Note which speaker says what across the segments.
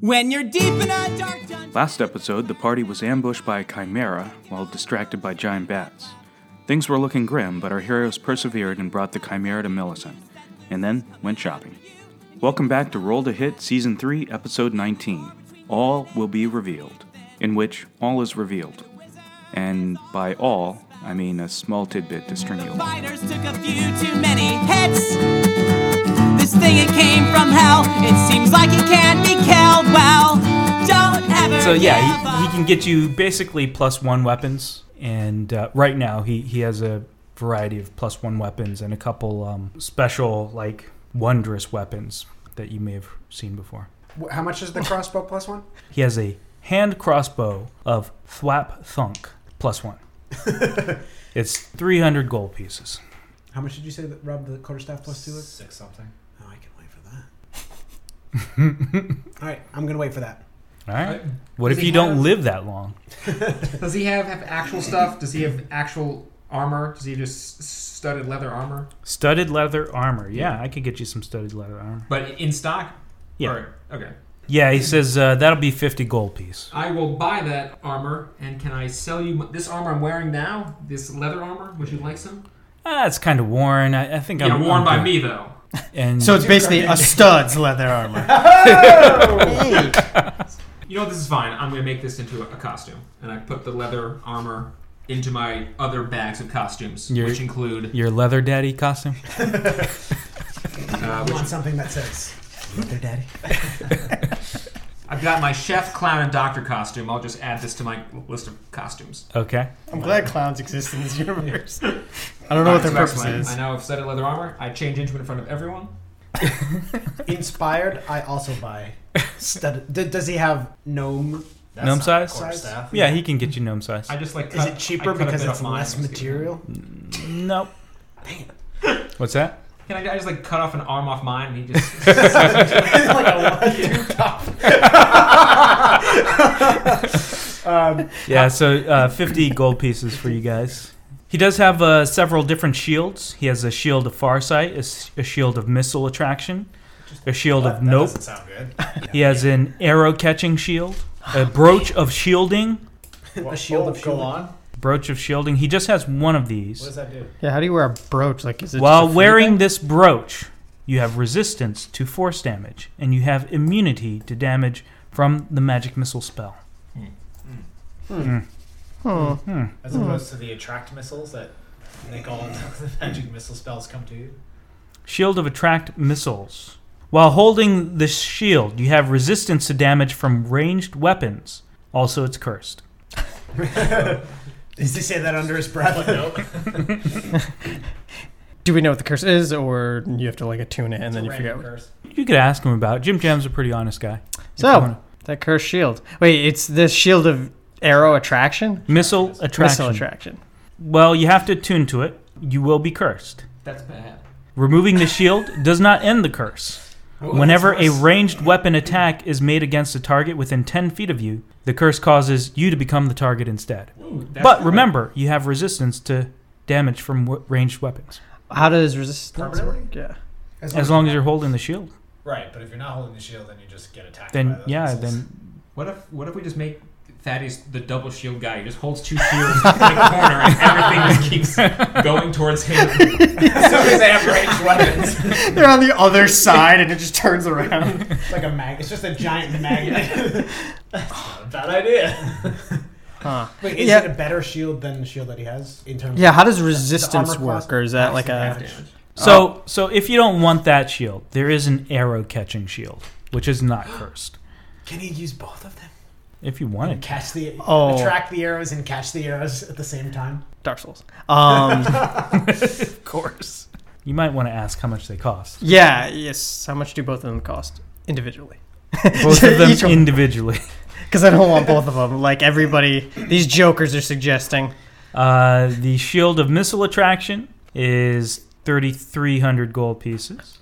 Speaker 1: When you're deep in a dark dungeon.
Speaker 2: Last episode, the party was ambushed by a chimera while distracted by giant bats. Things were looking grim, but our heroes persevered and brought the chimera to Millicent, and then went shopping. Welcome back to Roll to Hit Season 3, Episode 19 All Will Be Revealed, in which all is revealed. And by all, I mean a small tidbit to string you
Speaker 1: The
Speaker 2: along.
Speaker 1: fighters took a few too many hits. This thing, it came from hell. It seems like it can't be killed. Well, don't ever.
Speaker 3: So yeah,
Speaker 1: give
Speaker 3: he, he
Speaker 1: up.
Speaker 3: can get you basically plus one weapons, and uh, right now he he has a variety of plus one weapons and a couple um, special like wondrous weapons that you may have seen before.
Speaker 4: Wh- How much is the crossbow plus one?
Speaker 3: He has a hand crossbow of thwap thunk plus one. it's three hundred gold pieces.
Speaker 4: How much did you say that Rob the quarterstaff plus two is? Six something. Oh, I can wait for that. All right, I'm gonna wait for that.
Speaker 3: All right.
Speaker 5: Uh,
Speaker 3: What
Speaker 5: does
Speaker 3: if
Speaker 5: he
Speaker 3: you don't
Speaker 5: have-
Speaker 3: live that long?
Speaker 5: Does he have, have actual stuff? Does he have actual armor? Does he have just s- studded leather armor?
Speaker 3: Studded leather armor. Yeah, I could get you some studded leather armor.
Speaker 5: But in stock?
Speaker 3: Yeah.
Speaker 5: Or- okay.
Speaker 3: Yeah, he says uh, that'll be fifty gold piece.
Speaker 5: I will buy that armor, and can I sell you m- this armor I'm wearing now? This leather armor? Would you like some?
Speaker 3: Ah, it's kind of worn. I, I think
Speaker 5: Yeah,
Speaker 3: I'm
Speaker 5: worn
Speaker 3: I'm
Speaker 5: by
Speaker 3: good.
Speaker 5: me though.
Speaker 3: And
Speaker 6: So it's basically a stud's leather armor.
Speaker 5: You know what, this is fine. I'm gonna make this into a, a costume, and I put the leather armor into my other bags of costumes,
Speaker 3: Your-
Speaker 5: which include
Speaker 3: your leather daddy costume.
Speaker 5: uh,
Speaker 4: I
Speaker 5: which
Speaker 4: want something that says. Leather Daddy.
Speaker 5: I've got my chef, clown, and doctor costume. I'll just add this to my list of costumes.
Speaker 3: Okay.
Speaker 6: I'm glad clowns exist in this universe. I don't know what
Speaker 5: So
Speaker 6: their
Speaker 5: that's
Speaker 6: purpose
Speaker 5: my- I
Speaker 6: is.
Speaker 5: now have studded leather armor. I change into it in front of everyone.
Speaker 4: Inspired, I also buy. Stud- d- does he have gnome?
Speaker 3: Gnome size?
Speaker 4: quarterstaff.
Speaker 3: Yeah, he can get you gnome size.
Speaker 5: I just like.
Speaker 4: Is
Speaker 5: Cut,
Speaker 4: it cheaper
Speaker 5: I cut a
Speaker 4: because
Speaker 5: bit
Speaker 4: it's
Speaker 5: off mine.
Speaker 4: less material?
Speaker 3: nope. What's that?
Speaker 5: Can I, I just like cut off an arm off mine? And he just.
Speaker 3: Yeah. So uh, fifty gold pieces for you guys. He does have uh, several different shields. He has a shield of farsight, a s- a, shield of missile attraction, a shield of nope.
Speaker 4: sound good.
Speaker 3: He has an arrow catching shield, a brooch of shielding,
Speaker 4: A shield of shield. on.
Speaker 3: brooch of shielding. He just has one of
Speaker 4: What
Speaker 3: these.
Speaker 4: does that do?
Speaker 6: Yeah, how do you wear a brooch? Like, is it
Speaker 3: While
Speaker 6: just a
Speaker 3: wearing this brooch, you have resistance to force damage, and you have immunity to damage from the magic missile spell.
Speaker 7: Hmm.
Speaker 3: Hmm.
Speaker 7: As opposed to the attract missiles that make all the magic missile spells come to you.
Speaker 3: Shield of attract missiles. While holding this shield, you have resistance to damage from ranged weapons. Also, it's cursed.
Speaker 4: Does he say that under his breath?
Speaker 6: Do we know what the curse is, or you have to like attune it and then you figure out?
Speaker 7: curse.
Speaker 3: You could ask him about. It. Jim Jam's a pretty honest guy. If you
Speaker 6: So
Speaker 3: wanna-
Speaker 6: that curse shield. Wait, it's the shield of arrow attraction,
Speaker 3: missile attraction.
Speaker 6: missile attraction.
Speaker 3: Well, you have to attune to it. You will be cursed.
Speaker 5: That's bad.
Speaker 3: Removing the shield does not end the curse.
Speaker 5: Oh,
Speaker 3: Whenever a ranged weapon attack is made against a target within 10 feet of you, the curse causes you to become the target instead.
Speaker 5: That's
Speaker 3: But remember, you have resistance to damage from w- ranged weapons
Speaker 6: How does resistance
Speaker 7: Permanently?
Speaker 6: work? Yeah.
Speaker 3: as long as you're holding the shield.
Speaker 7: Right, but if you're not holding the shield, then you just get attacked. by
Speaker 3: Then
Speaker 7: those
Speaker 3: yeah,
Speaker 7: missiles.
Speaker 3: then
Speaker 5: What if what if we just make Thaddeus the double shield guy? He just holds two shields in the corner, and everything just keeps going towards him.
Speaker 7: so they have ranged weapons.
Speaker 6: They're on the other side, and it just turns around.
Speaker 4: It's like a mag. It's just a giant magnet.
Speaker 7: Bad idea.
Speaker 6: Huh.
Speaker 4: Wait, is
Speaker 6: Yeah.
Speaker 4: it a better shield than the shield that he has in terms?
Speaker 6: Yeah. How does
Speaker 4: The
Speaker 6: resistance
Speaker 4: armor class
Speaker 6: work, or is that like
Speaker 4: maximum
Speaker 6: a?
Speaker 4: damage.
Speaker 6: Uh,
Speaker 3: so so if you don't want that shield, there is an arrow catching shield, which is not cursed.
Speaker 4: Can he use both of them?
Speaker 3: If you want it.
Speaker 4: Catch the
Speaker 6: Oh.
Speaker 4: attract the arrows and catch the arrows at the same time.
Speaker 6: Dark Souls. Um.
Speaker 3: Of course. You might want to ask how much they cost.
Speaker 6: Yeah, yes. How much do both of them cost individually?
Speaker 3: Both of them
Speaker 6: Each one.
Speaker 3: individually.
Speaker 6: Because I don't want both of them. Like everybody, these jokers are suggesting.
Speaker 3: Uh, the shield of missile attraction is 3,300 gold pieces,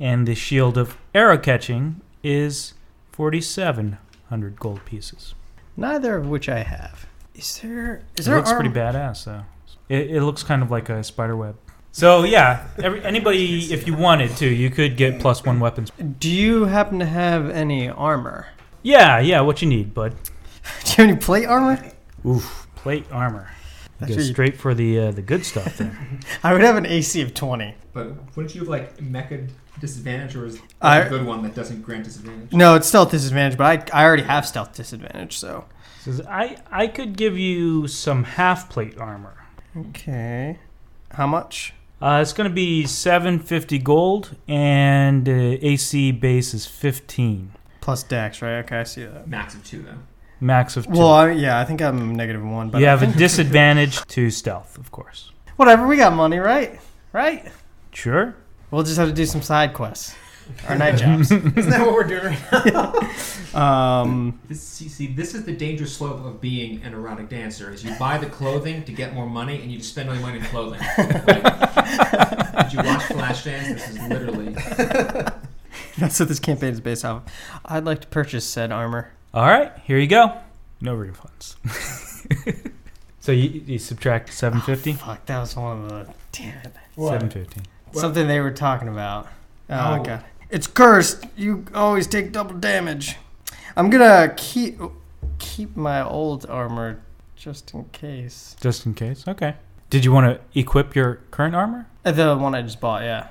Speaker 3: and the shield of arrow catching is 4,700 gold pieces.
Speaker 6: Neither of which I have. Is there? Is
Speaker 3: It
Speaker 6: there?
Speaker 3: looks
Speaker 6: arm-
Speaker 3: pretty badass though. It, it looks kind of like a spider web. So yeah, every, anybody, if you wanted to, you could get plus one weapons.
Speaker 6: Do you happen to have any armor?
Speaker 3: Yeah, yeah, what you need, bud.
Speaker 6: Do you have any plate armor?
Speaker 3: Oof, plate armor. You
Speaker 6: That's
Speaker 3: Go
Speaker 6: what you-
Speaker 3: straight for the uh, the good stuff there.
Speaker 6: I would have an AC of 20.
Speaker 5: But wouldn't you have like mecha disadvantage, or is
Speaker 6: I-
Speaker 5: a good one that doesn't grant disadvantage?
Speaker 6: No, it's stealth disadvantage, but I, I already have stealth disadvantage, so.
Speaker 3: Says I I could give you some half plate armor.
Speaker 6: Okay. How much?
Speaker 3: Uh, it's going to be 750 gold, and uh, AC base is 15.
Speaker 6: Plus dex, right? Okay, I see that.
Speaker 5: Max of two though.
Speaker 3: Max of two.
Speaker 6: Well, I, yeah, I think I'm negative one, but
Speaker 3: you
Speaker 6: I
Speaker 3: have a
Speaker 6: think-
Speaker 3: disadvantage to stealth, of course.
Speaker 6: whatever. We got money, right? Right.
Speaker 3: Sure.
Speaker 6: We'll just have to do some side quests, our night jobs.
Speaker 7: Isn't that what we're doing right now?
Speaker 6: Um,
Speaker 5: This see, see, this is the dangerous slope of being an erotic dancer: is you buy the clothing to get more money, and you just spend all your money in clothing. Like, did you watch Flashdance? This is literally
Speaker 6: that's what this campaign is based off. of. I'd like to purchase said armor.
Speaker 3: All right, here you go. No refunds. so you, you subtract 750?
Speaker 6: Oh, Fuck, that was one of the damn it.
Speaker 7: What?
Speaker 3: 750.
Speaker 6: Something they were talking about. Oh,
Speaker 7: Oh.
Speaker 6: god, it's cursed. You always take double damage. I'm gonna keep keep my old armor just in case.
Speaker 3: Just in case. Okay. Did you want to equip your current armor?
Speaker 6: Uh, The one I just bought, yeah.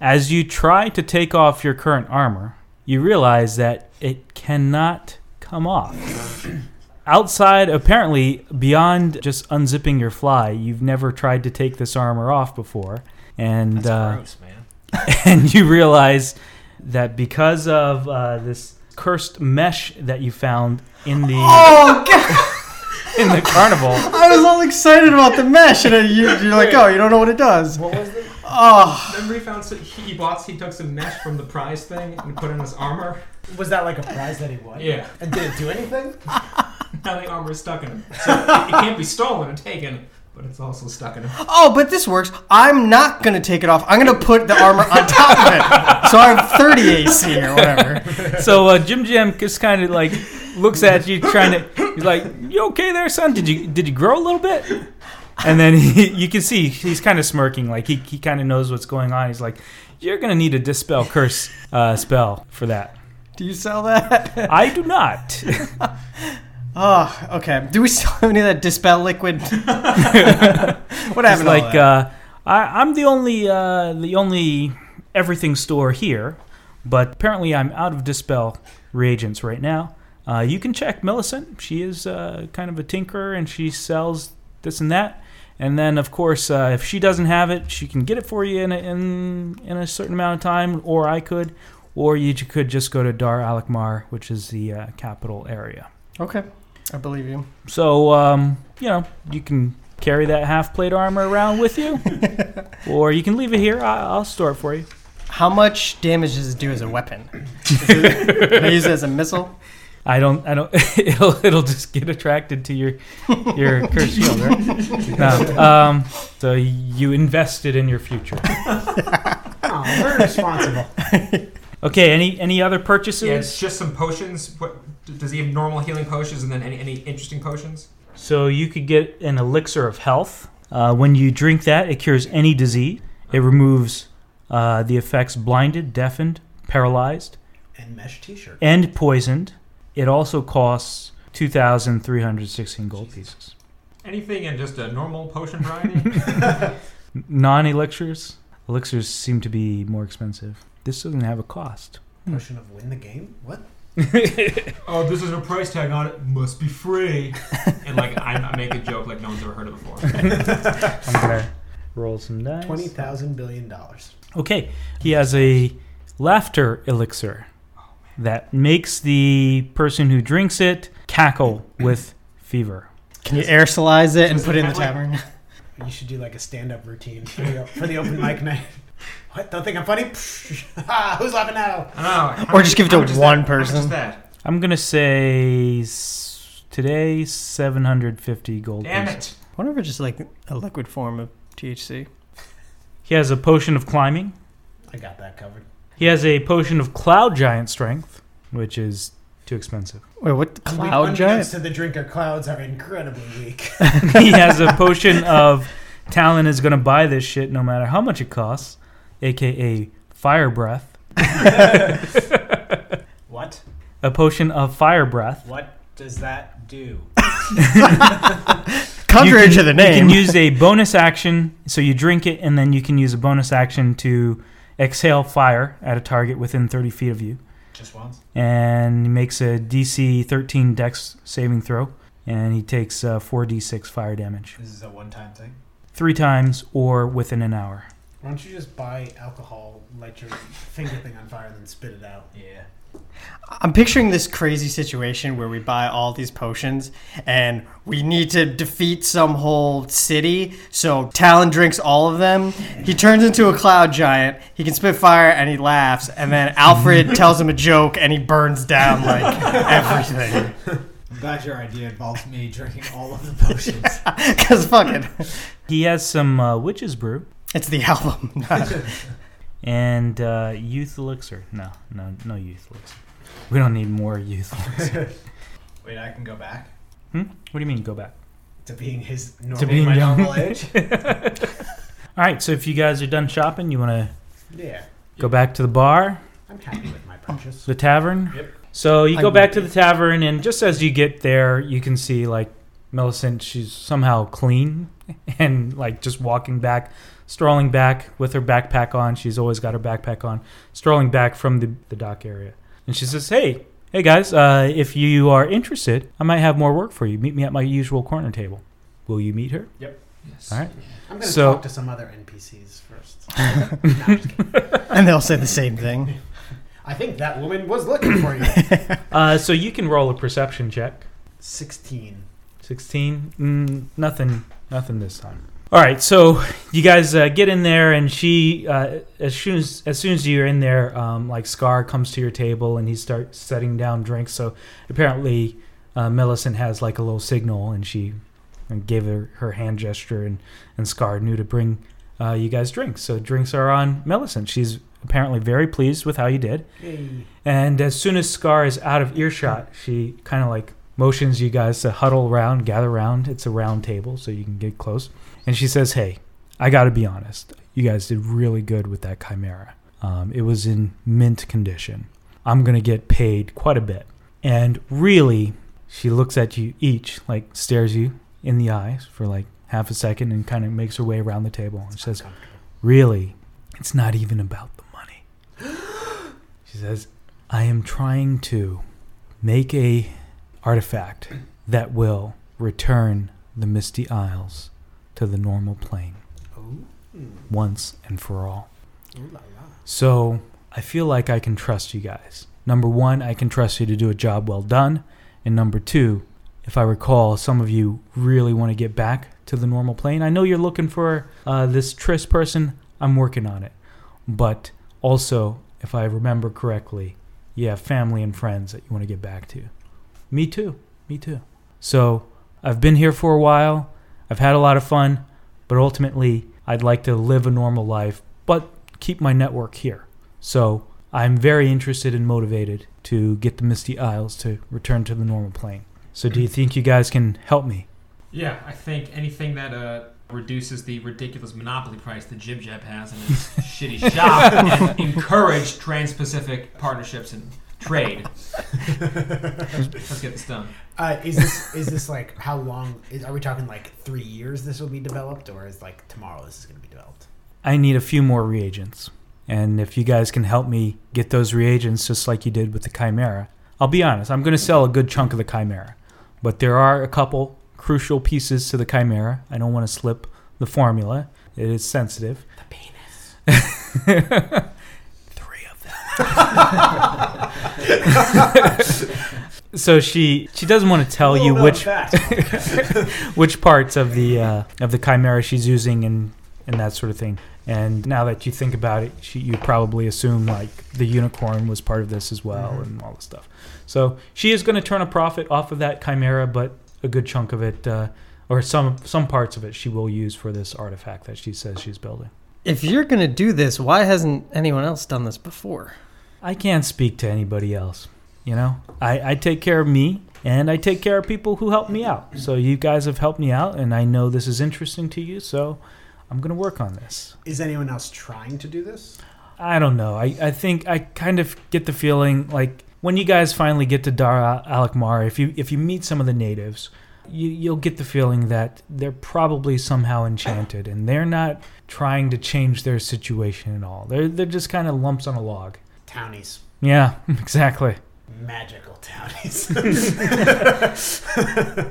Speaker 3: As you try to take off your current armor, you realize that it cannot come off. Outside, apparently, beyond just unzipping your fly, you've never tried to take this armor off before. And
Speaker 7: That's
Speaker 3: uh,
Speaker 7: gross, man.
Speaker 3: and you realize that because of uh, this cursed mesh that you found in the
Speaker 6: Oh god.
Speaker 3: in the carnival,
Speaker 6: I was all excited about the mesh, and then you, you're like, "Oh, you don't know what it does."
Speaker 5: what was it?
Speaker 6: Oh,
Speaker 5: Remember, he found some, he he bought he took some mesh from the prize thing and put on his armor.
Speaker 7: Was that like a prize that he won?
Speaker 5: Yeah,
Speaker 7: And did it do anything?
Speaker 5: now the armor is stuck in him, so it can't be stolen and taken, but it's also stuck in him.
Speaker 6: oh, but this works. I'm not gonna take it off. I'm gonna put the armor on top of it, so I have 30 AC or whatever.
Speaker 3: so uh, Jim Jim just kind of like looks at you, trying to. He's like, "You okay there, son? Did you did you grow a little bit?" And then he, you can see he's kind of smirking, like he, he kind of knows what's going on. He's like, "You're gonna need a dispel curse uh, spell for that."
Speaker 6: Do you sell that?
Speaker 3: I do not.
Speaker 6: Oh, okay. Do we still have any of that dispel liquid? what
Speaker 3: It's
Speaker 6: happened?
Speaker 3: like uh, I, I'm the only uh, the only everything store here, but apparently I'm out of dispel reagents right now. Uh, you can check Millicent. She is uh, kind of a tinkerer and she sells this and that. And then of course, uh, if she doesn't have it, she can get it for you in a, in in a certain amount of time, or I could. Or you ju- could just go to Dar Alakmar, which is the uh, capital area.
Speaker 6: okay, I believe you.
Speaker 3: So, um, you know, you can carry that half plate armor around with you, or you can leave it here. I- I'll store it for you.
Speaker 6: How much damage does it do as a weapon? Can I use it as a missile?
Speaker 3: I don't. I don't. it'll. It'll just get attracted to your your cursed shield. Right? No, um, so you invested in your future.
Speaker 4: Oh, we're responsible.
Speaker 3: Okay. Any any other purchases?
Speaker 5: Yeah, it's just some potions. What does he have? Normal healing potions, and then any any interesting potions?
Speaker 3: So you could get an elixir of health. Uh, when you drink that, it cures any disease. It removes uh, the effects blinded, deafened, paralyzed.
Speaker 4: And mesh T-shirt.
Speaker 3: and poisoned. It also costs 2,316 gold pieces.
Speaker 5: Anything in just a normal potion variety?
Speaker 3: Non elixirs? Elixirs seem to be more expensive. This doesn't have a cost.
Speaker 6: Hmm.
Speaker 4: Question of win the game. What?
Speaker 5: oh, this is a price tag on it. Must be free. and like I I make a joke like no one's ever heard of before.
Speaker 3: I'm going to roll some dice.
Speaker 4: Twenty thousand billion dollars.
Speaker 3: Okay. He has a laughter elixir that makes the person who drinks it cackle with fever.
Speaker 6: Can you aerosolize it and
Speaker 5: Does
Speaker 6: put
Speaker 5: it
Speaker 6: it in the
Speaker 5: have, like-
Speaker 6: tavern?
Speaker 4: You should do like a stand-up routine for the, for the open mic night. What? Don't think I'm funny? Ah, Who's laughing now?
Speaker 5: I don't know. how
Speaker 6: Or
Speaker 5: much-
Speaker 6: just give it to
Speaker 5: how much is
Speaker 6: one
Speaker 5: that? How much is
Speaker 6: person.
Speaker 5: that?
Speaker 3: I'm going to say s- today 750 gold
Speaker 5: Damn
Speaker 3: pieces.
Speaker 5: it.
Speaker 6: What if it's just like a liquid form of THC?
Speaker 3: He has a potion of climbing.
Speaker 4: I got that covered.
Speaker 3: He has a potion of cloud giant strength, which is too expensive.
Speaker 6: Wait, what?
Speaker 4: Unbeknownst
Speaker 6: Cloud giant?
Speaker 4: to the drinker, clouds are incredibly weak.
Speaker 3: he has a potion of Talon is going to buy this shit no matter how much it costs, aka fire breath,
Speaker 7: What?
Speaker 3: a potion of fire breath.
Speaker 7: What does that do?
Speaker 6: Contrary
Speaker 3: You can-
Speaker 6: to the name.
Speaker 3: You can use a bonus action, so you drink it, and then you can use a bonus action to exhale fire at a target within 30 feet of you.
Speaker 7: Just once?
Speaker 3: And he makes a DC 13 dex saving throw, and he takes uh, 4d6 fire damage.
Speaker 7: This is a one-time thing.
Speaker 3: Three times or within an hour.
Speaker 4: Why don't you just buy alcohol, light your finger thing on fire, and then spit it out?
Speaker 7: Yeah.
Speaker 6: I'm picturing this crazy situation where we buy all these potions and we need to defeat some whole city. So Talon drinks all of them. He turns into a cloud giant. He can spit fire and he laughs. And then Alfred tells him a joke and he burns down like everything.
Speaker 7: I'm glad your idea involves me drinking all of the potions.
Speaker 6: Because fuck it.
Speaker 3: He has some uh, witch's brew
Speaker 6: It's the album. not-
Speaker 3: and uh, youth elixir. No, no, no youth elixir. We don't need more youth elixir.
Speaker 7: Wait, I can go back
Speaker 3: hmm? What do you mean go back?
Speaker 4: To being his normal,
Speaker 3: being
Speaker 4: my
Speaker 3: young.
Speaker 4: normal age?
Speaker 3: All right, so if you guys are done shopping, you want to
Speaker 4: yeah.
Speaker 3: Go back to the bar,
Speaker 4: I'm happy with my purchase.
Speaker 3: the tavern.
Speaker 7: Yep.
Speaker 3: So you
Speaker 6: I
Speaker 3: go
Speaker 6: would
Speaker 3: back to
Speaker 6: be.
Speaker 3: the tavern, and just as you get there, you can see like Millicent. She's somehow clean and like just walking back, strolling back with her backpack on. She's always got her backpack on, strolling back from the, the dock area. And she says, "Hey, hey guys, uh, if you are interested, I might have more work for you. Meet me at my usual corner table. Will you meet her?"
Speaker 5: Yes.
Speaker 3: All right.
Speaker 4: I'm gonna
Speaker 3: So-
Speaker 4: talk to some other NPCs first. No, I'm just kidding.
Speaker 6: and they'll say the same thing.
Speaker 4: I think that woman was looking for you.
Speaker 3: Uh, so you can roll a perception check.
Speaker 4: Sixteen.
Speaker 3: 16 mm, nothing nothing this time all right so you guys uh, get in there and she uh, as soon as, as soon as you're in there um, like scar comes to your table and he starts setting down drinks so apparently uh, millicent has like a little signal and she and gave her her hand gesture and, and scar knew to bring uh, you guys drinks so drinks are on millicent she's apparently very pleased with how you did
Speaker 4: Yay.
Speaker 3: and as soon as Scar is out of earshot, she kind of like motions you guys to huddle around, gather around. It's a round table, so you can get close. And she says, Hey, I got to be honest. You guys did really good with that chimera. Um, it was in mint condition. I'm going to get paid quite a bit. And really, she looks at you each, like stares you in the eyes for like half a second and kind of makes her way around the table and says, Really, it's not even about the money. She says, I am trying to make a artifact that will return the Misty Isles to the normal plane
Speaker 4: Ooh. Ooh
Speaker 3: once and for all.
Speaker 4: Oh. la la.
Speaker 3: So I feel like I can trust you guys. Number one, I can trust you to do a job well done. And number two, if I recall, some of you really want to get back to the normal plane. I know you're looking for uh, this Triss person. I'm working on it. But also, if I remember correctly, you have family and friends that you want to get back to. Me too. Me too. So I've been here for a while. I've had a lot of fun. But ultimately, I'd like to live a normal life, but keep my network here. So I'm very interested and motivated to get the Misty Isles to return to the normal plane. So do you think you guys can help me?
Speaker 5: Yeah, I think anything that uh, reduces the ridiculous monopoly price that Jib Jab has in his shitty shop and encourage trans-Pacific partnerships and trade. Let's get this done.
Speaker 4: Uh, is this is this like how long? Is, are we talking like three years? This will be developed, or is like tomorrow this is going to be developed?
Speaker 3: I need a few more reagents. And if you guys can help me get those reagents just like you did with the Chimera, I'll be honest, I'm going to sell a good chunk of the Chimera. But there are a couple crucial pieces to the Chimera. I don't want to slip the formula, it is sensitive. The penis. Three of them. so she she doesn't want to tell you
Speaker 7: Little
Speaker 3: which
Speaker 7: known fact.
Speaker 3: which parts of the uh, of the chimera she's using and and that sort of thing. And now that you think about it, she, you probably assume like the unicorn was part of this as well and all this stuff. So she is going to turn a profit off of that chimera, but a good chunk of it, uh, or some some parts of it, she will use for this artifact that she says she's building.
Speaker 6: If you're going to do this, why hasn't anyone else done this before?
Speaker 3: I can't speak to anybody else. You know, I, I take care of me, and I take care of people who help me out. So you guys have helped me out, and I know this is interesting to you, so I'm gonna work on this.
Speaker 4: Is anyone else trying to do this?
Speaker 3: I don't know. I, I think I kind of get the feeling like when you guys finally get to Dara Alakmar, if you if you meet some of the natives, you, you'll get the feeling that they're probably somehow enchanted and they're not trying to change their situation at all. They're they're just kind of lumps on a log.
Speaker 4: Townies.
Speaker 3: Yeah, exactly.
Speaker 4: Magical townies. All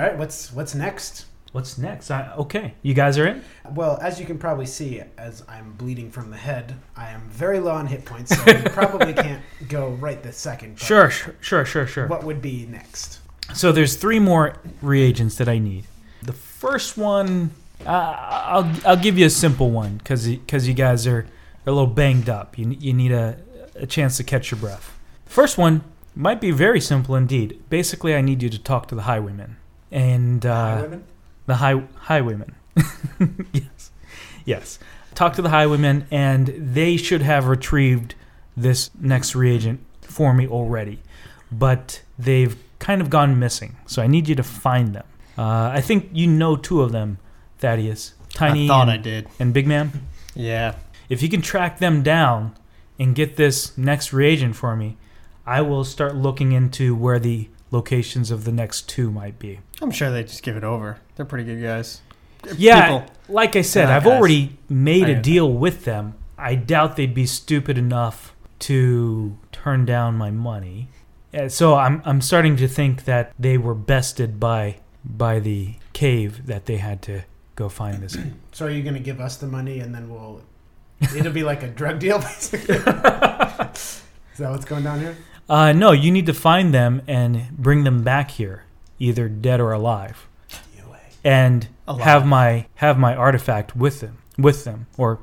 Speaker 4: right, what's what's next?
Speaker 3: What's next? I, okay, you guys are in.
Speaker 4: Well, as you can probably see, as I'm bleeding from the head, I am very low on hit points, so we probably can't go right this second. but
Speaker 3: Sure, sure, sure, sure, sure.
Speaker 4: What would be next?
Speaker 3: So there's three more reagents that I need. The first one, uh, I'll I'll give you a simple one because you guys are, are a little banged up. You you need a a chance to catch your breath. First one might be very simple indeed. Basically, I need you to talk to the highwaymen and uh,
Speaker 7: Highwaymen?
Speaker 3: the high highwaymen. yes, yes. Talk to the highwaymen, and they should have retrieved this next reagent for me already, but they've kind of gone missing. So I need you to find them. Uh, I think you know two of them, Thaddeus, Tiny,
Speaker 6: I thought
Speaker 3: and,
Speaker 6: I did.
Speaker 3: and Big Man
Speaker 6: Yeah.
Speaker 3: if you can track them down and get this next reagent for me, I will start looking into where the locations of the next two might be.
Speaker 6: I'm sure they just give it over. They're pretty good guys.
Speaker 3: Yeah,
Speaker 6: People.
Speaker 3: like I said,
Speaker 6: Yeah,
Speaker 3: I've
Speaker 6: guys.
Speaker 3: already made
Speaker 6: I
Speaker 3: a
Speaker 6: get
Speaker 3: deal with them. I doubt they'd be stupid enough to turn down my money. Uh, So I'm I'm starting to think that they were bested by by the cave that they had to go find this. in.
Speaker 4: So are you going to give us the money and then we'll? It'll be like a drug deal, basically. Is that what's going down here?
Speaker 3: Uh, no, you need to find them and bring them back here, either dead or alive. and
Speaker 6: Alive.
Speaker 3: have my have my artifact with them with them or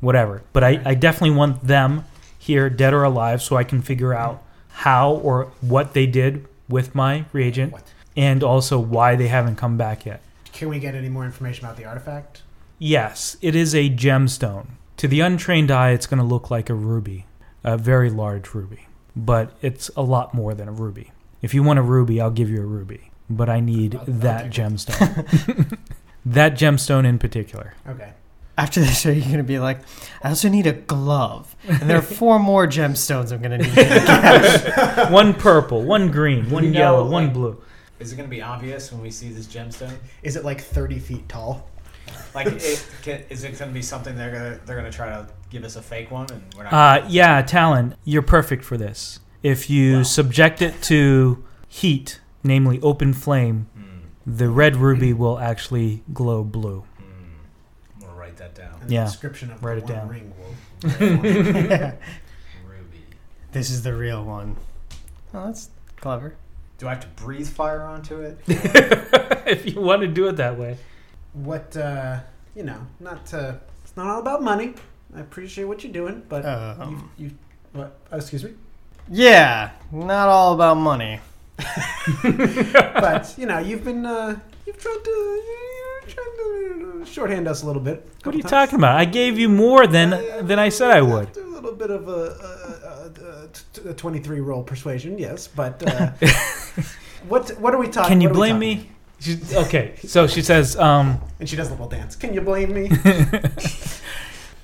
Speaker 3: whatever but I, I definitely want them here dead or alive so i can figure out how or what they did with my reagent
Speaker 4: What?
Speaker 3: and also why they haven't come back yet
Speaker 4: Can we get any more information about the artifact?
Speaker 3: yes it is a gemstone to the untrained eye it's going to look like a ruby a very large ruby but it's a lot more than a ruby if you want a ruby i'll give you a ruby but i need that gemstone that gemstone in particular
Speaker 4: Okay.
Speaker 6: After this show, you're gonna be like, I also need a glove, and there are four more gemstones I'm gonna need.
Speaker 3: one purple, one green, one
Speaker 7: You know,
Speaker 3: yellow, one
Speaker 7: like-
Speaker 3: blue.
Speaker 7: Is it going to be obvious when we see this gemstone?
Speaker 4: Is it like 30 feet tall?
Speaker 7: Like, it, can, is it going to be something they're going to they're going to try to give us a fake one, and we're not?
Speaker 3: Uh, yeah, Talon, you're perfect for this. If you subject it to heat, namely open flame, the red ruby will actually glow blue.
Speaker 7: I'm going to write that down.
Speaker 4: And the
Speaker 3: Yeah.
Speaker 4: description of
Speaker 3: Write
Speaker 4: the
Speaker 3: it
Speaker 4: one
Speaker 3: down.
Speaker 4: ring will.
Speaker 7: Ruby.
Speaker 6: this is the real one. Oh, that's clever.
Speaker 7: Do I have to breathe fire onto it?
Speaker 3: if you want to do it that way.
Speaker 4: What, uh, you know, not to. It's not all about money. I appreciate what you're doing, but
Speaker 6: Um,
Speaker 4: you, you, what, oh, excuse me.
Speaker 6: yeah, not all about money.
Speaker 4: But you know, you've been, uh, you've tried to, you're trying to shorthand us a little bit.
Speaker 3: What are you talking about? I gave you more than than I said I would.
Speaker 4: A little bit of a, a, a, a, t- a 23 roll persuasion, yes, but uh, what what are we talking?
Speaker 3: Can you
Speaker 4: what are we
Speaker 3: blame me?
Speaker 4: talking?
Speaker 3: She, okay, so she says, um,
Speaker 4: And she does the little dance. Can you blame me?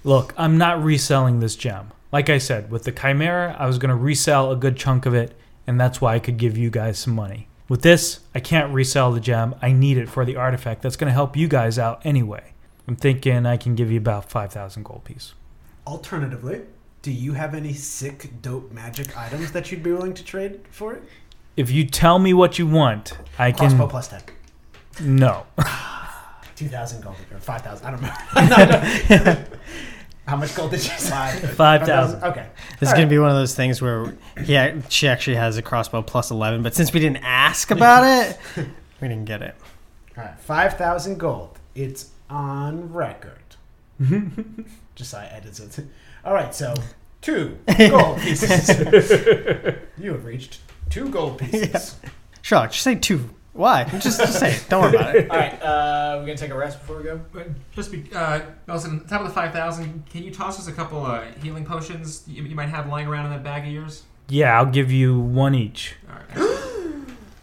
Speaker 3: Look, I'm not reselling this gem. Like I said, with the Chimera, I was going to resell a good chunk of it, and that's why I could give you guys some money. With this, I can't resell the gem. I need it for the artifact that's going to help you guys out anyway. I'm thinking I can give you about 5,000 gold piece.
Speaker 4: Alternatively, do you have any sick, dope magic items that you'd be willing to trade for it?
Speaker 3: If you tell me what you want, I can.
Speaker 4: Crossbow plus 10.
Speaker 3: No.
Speaker 4: 2,000 gold or 5,000. I don't remember. How much gold did you say?
Speaker 3: 5,000.
Speaker 4: Okay.
Speaker 6: This is
Speaker 4: All
Speaker 6: gonna be one of those things where he, ac- she actually has a crossbow plus eleven, but since we didn't ask about it, we didn't get it.
Speaker 4: All right. 5,000 gold. It's on record. Josiah edits it. All right. So, two gold pieces. you have reached two gold pieces.
Speaker 6: Sherlock, just say two. Why? Just, just say it. Don't worry about it.
Speaker 7: All right, uh, we're going to take a rest before we go.
Speaker 5: But just be, uh, Nelson, top of the 5,000, can you toss us a couple uh, healing potions you, you might have lying around in that bag of yours?
Speaker 3: Yeah, I'll give you one each.
Speaker 5: All right.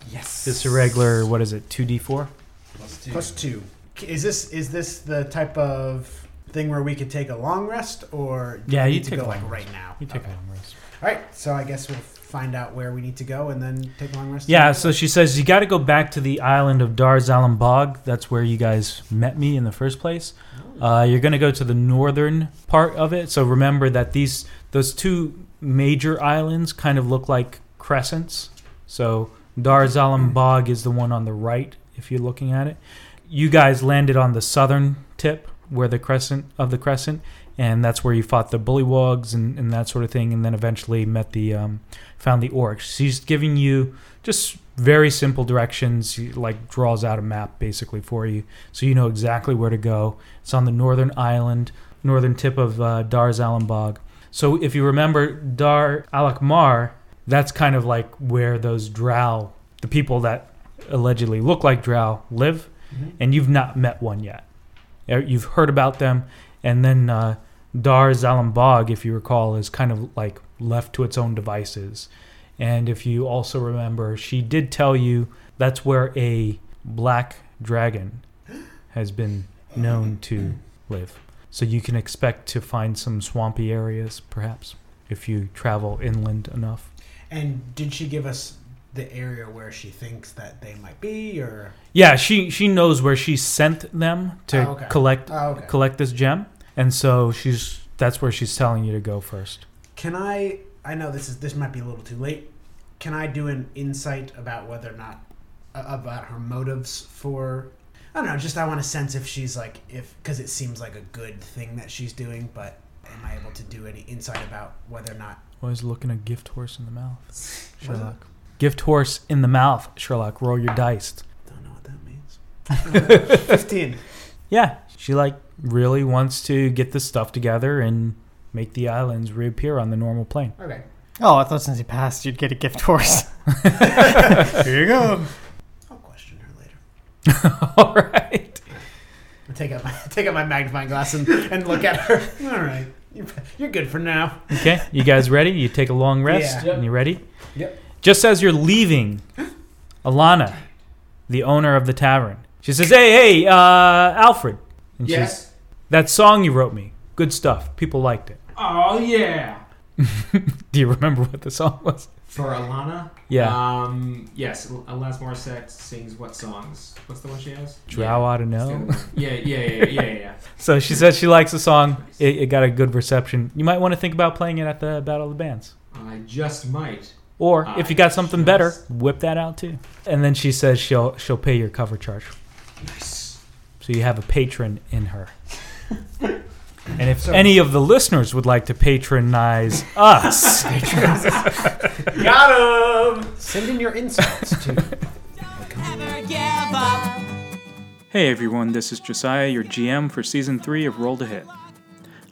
Speaker 4: Yes.
Speaker 3: Just a regular, what is it, 2d4?
Speaker 7: Plus two.
Speaker 4: Plus two. K- Is this is this the type of thing where we could take a long rest, or do
Speaker 3: Yeah,
Speaker 4: we
Speaker 3: you
Speaker 4: need to
Speaker 3: take
Speaker 4: go
Speaker 3: a long
Speaker 4: like
Speaker 3: rest.
Speaker 4: right now?
Speaker 3: You take
Speaker 4: Okay.
Speaker 3: a long rest.
Speaker 4: All right, so I guess we'll find out where we need to go and then take a long rest.
Speaker 3: Yeah, so she says you got to go back to the island of Dar Zalim Bog. That's where you guys met me in the first place. Uh, you're going to go to the northern part of it. So remember that these those two major islands kind of look like crescents. So Dar Zalim Bog is the one on the right if you're looking at it. You guys landed on the southern tip where the crescent of the crescent and that's where you fought the bullywogs and, and that sort of thing and then eventually met the um, found the orcs. She's giving you just very simple directions She, like draws out a map basically for you so you know exactly where to go it's on the northern island northern tip of uh, dar zalambog so if you remember dar alakmar that's kind of like where those drow the people that allegedly look like drow live
Speaker 4: Mhm.
Speaker 3: and you've not met one yet Uh, you've heard about them and then uh, dar zalambog if you recall is kind of like left to its own devices and if you also remember, she did tell you that's where a black dragon has been known to live. So you can expect to find some swampy areas, perhaps, if you travel inland enough.
Speaker 4: And did she give us the area where she thinks that they might be, or
Speaker 3: Yeah, she she knows where she sent them to
Speaker 4: Oh, okay.
Speaker 3: collect
Speaker 4: oh, okay.
Speaker 3: collect this gem, and so she's that's where she's telling you to go first.
Speaker 4: Can I? I know this is this might be a little too late. Can I do an insight about whether or not uh, about her motives for? I don't know. Just I want to sense if she's like if because it seems like a good thing that she's doing, but am I able to do any insight about whether or not?
Speaker 3: Always looking a gift horse in the mouth,
Speaker 4: it?
Speaker 3: Sherlock. Gift horse in the mouth, Sherlock. Roll your dice.
Speaker 4: Don't know what that means. Uh, Fifteen.
Speaker 3: Yeah, she like really wants to get this stuff together and make the islands reappear on the normal plane.
Speaker 4: Okay.
Speaker 6: Oh, I thought since he passed, you'd get a gift horse. Here you go.
Speaker 4: I'll question her later.
Speaker 3: All right.
Speaker 4: I take out my take out my magnifying glass and, and look at her. All right, You- you're good for now.
Speaker 3: Okay, you guys ready? You take a long rest
Speaker 4: Yeah.
Speaker 3: and you ready?
Speaker 4: Yep.
Speaker 3: Just as you're leaving, Alana, the owner of the tavern, she says, "Hey, hey, uh, Alfred." And she says,
Speaker 5: Yes.
Speaker 3: "That song you wrote me, good stuff. People liked it.
Speaker 5: Oh yeah.
Speaker 3: Do you remember what the song was?"
Speaker 5: For Alana.
Speaker 3: Yeah.
Speaker 5: Um. Yes. Al- Alanis Morissette sings what songs? What's the one she has?
Speaker 3: Drow ought to
Speaker 5: Yeah.
Speaker 3: know.
Speaker 5: Yeah. Yeah. Yeah. Yeah. Yeah. yeah.
Speaker 3: So she says she likes the song. It, it got a good reception. You might want to think about playing it at the Battle of the Bands.
Speaker 5: I just might.
Speaker 3: Or if you got something better,
Speaker 5: Nice.
Speaker 3: whip that out too. And then she says she'll she'll pay your cover charge.
Speaker 5: Nice.
Speaker 3: So you have a patron in her. And if
Speaker 4: So-
Speaker 3: any of the listeners would like to patronize us,
Speaker 7: Got him!
Speaker 4: Send in your insults to
Speaker 1: Never give up.
Speaker 2: Hey everyone, this is Josiah, your GM for season 3 of Roll to Hit.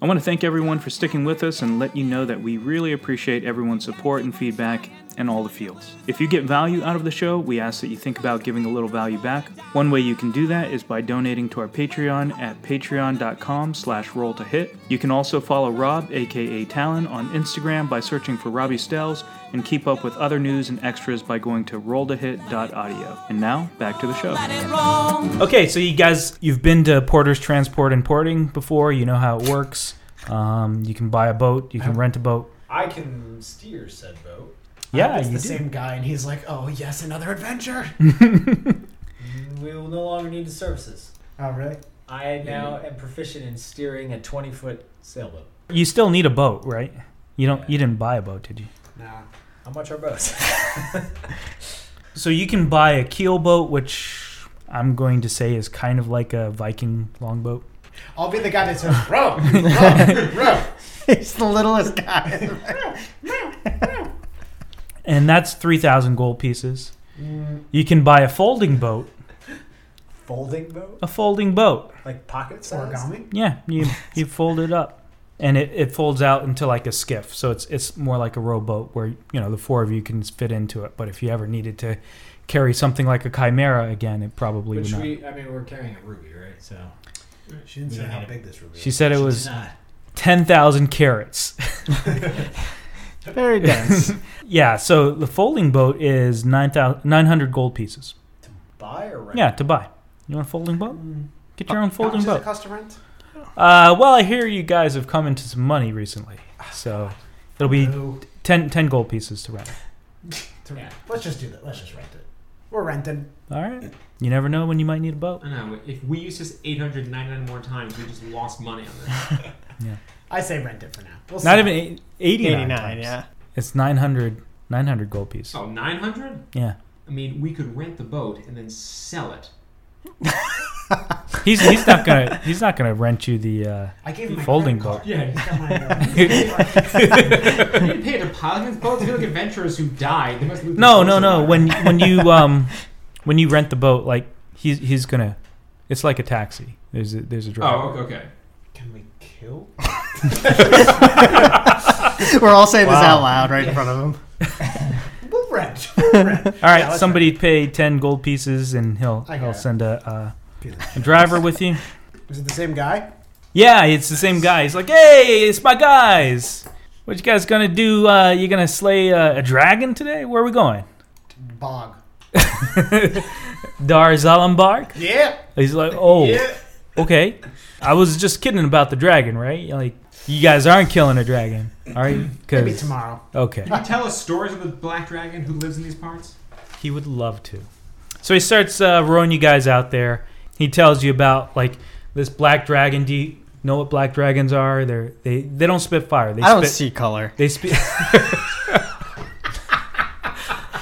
Speaker 2: I want to thank everyone for sticking with us and let you know that we really appreciate everyone's support and feedback in all the fields. If you get value out of the show, we ask that you think about giving a little value back. One way you can do that is by donating to our Patreon at patreon.com slash roll to hit. You can also follow Rob, aka Talon, on Instagram by searching for Robbie Stells and keep up with other news and extras by going to rolltohit.audio. And now, back to the show.
Speaker 1: Let it roll.
Speaker 3: okay. So you guys, you've been to Porter's Transport and Porting before. You know how it works. Um, you can buy a boat. You can rent a boat.
Speaker 7: I can steer said boat.
Speaker 3: Yeah,
Speaker 4: it's
Speaker 3: you
Speaker 4: the
Speaker 3: do.
Speaker 4: same guy, and he's like, "Oh yes, another adventure."
Speaker 7: We will no longer need his services.
Speaker 4: oh really?
Speaker 7: I now am proficient in steering a 20 foot sailboat.
Speaker 3: You still need a boat, right? You don't. You didn't buy a boat, did you?
Speaker 4: No.
Speaker 7: How much are boats?
Speaker 3: So you can buy a keel boat, which I'm going to say is kind of like a Viking longboat.
Speaker 4: I'll be the guy that says, "Row, row, row."
Speaker 6: He's the littlest guy.
Speaker 3: And that's 3,000 gold pieces.
Speaker 4: Mm,
Speaker 3: You can buy a folding boat.
Speaker 7: Folding boat?
Speaker 3: A folding boat.
Speaker 7: Like pocket size?
Speaker 4: origami.
Speaker 3: Yeah, you, you fold it up. And it, it folds out into like a skiff. So it's, it's more like a rowboat where, you know, the four of you can fit into it. But if you ever needed to carry something like a chimera again, it probably
Speaker 7: Which
Speaker 3: would not.
Speaker 7: we, I mean, we're carrying a ruby, right? So.
Speaker 4: She didn't
Speaker 7: We
Speaker 4: say
Speaker 7: don't
Speaker 4: how
Speaker 7: need it.
Speaker 4: big this ruby.
Speaker 3: she
Speaker 4: was.
Speaker 3: said it
Speaker 7: She did
Speaker 3: was
Speaker 7: not.
Speaker 3: 10,000 carats.
Speaker 4: Very dense.
Speaker 3: Yeah, so the folding boat is 9,000 900 gold pieces.
Speaker 7: Buy or rent?
Speaker 3: Yeah, to buy. You want a folding boat? Get your own folding
Speaker 7: How
Speaker 3: boat.
Speaker 7: much does it cost to rent?
Speaker 3: Uh, well, I hear you guys have come into some money recently. So it'll be
Speaker 4: No.
Speaker 3: 10, 10 gold pieces to rent.
Speaker 4: To- Let's just do that. Let's just rent it. We're renting.
Speaker 3: All right. You never know when you might need a boat.
Speaker 5: I know. If we use this 899 more times, we just lost money on this.
Speaker 4: I say rent it for now. We'll
Speaker 3: Not
Speaker 4: see.
Speaker 3: even eight- 89.
Speaker 6: 89,
Speaker 3: times.
Speaker 6: yeah.
Speaker 3: It's 900, 900 gold pieces.
Speaker 5: So 900?
Speaker 3: Yeah.
Speaker 5: I mean, we could rent the boat and then sell it.
Speaker 3: He's, he's not gonna he's not gonna rent you the uh,
Speaker 4: I gave him my
Speaker 3: Folding
Speaker 4: folding card.
Speaker 5: boat. Yeah.
Speaker 4: He's got my, uh,
Speaker 5: You didn't pay a deposit on this boat. If you look at adventurers who died, they must lose
Speaker 3: No, no,
Speaker 5: their boats
Speaker 3: no.
Speaker 5: alive.
Speaker 3: When when you um when you rent the boat, like he's he's gonna, it's like a taxi. There's a, there's a driver.
Speaker 5: Oh, okay, okay.
Speaker 4: Can we kill?
Speaker 6: We're all saying this
Speaker 3: Wow.
Speaker 6: out loud right in front of him.
Speaker 4: We'll rent. We'll rent.
Speaker 3: All right,
Speaker 4: Yeah, let's
Speaker 3: somebody pay ten gold pieces, and he'll
Speaker 4: I
Speaker 3: he'll
Speaker 4: got it.
Speaker 3: send a, uh, a driver with you.
Speaker 4: Is it the same guy?
Speaker 3: Yeah, it's the same guy. He's like, hey, it's my guys. What you guys gonna do? Uh, you gonna slay uh, a dragon today? Where are we going?
Speaker 4: Bog.
Speaker 3: Dar Zalambark?
Speaker 4: Yeah.
Speaker 3: He's like, oh,
Speaker 4: Yeah.
Speaker 3: okay. I was just kidding about the dragon, right? Like, you guys aren't killing a dragon, are you? 'Cause-
Speaker 4: Maybe tomorrow.
Speaker 3: Okay.
Speaker 5: Can you tell us stories of the black dragon who lives in these parts?
Speaker 3: He would love to. So he starts uh, rowing you guys out there. He tells you about like this black dragon. Do you know what black dragons are? They're they they don't spit fire. They
Speaker 6: I don't
Speaker 3: spit,
Speaker 6: see color.
Speaker 3: They spit.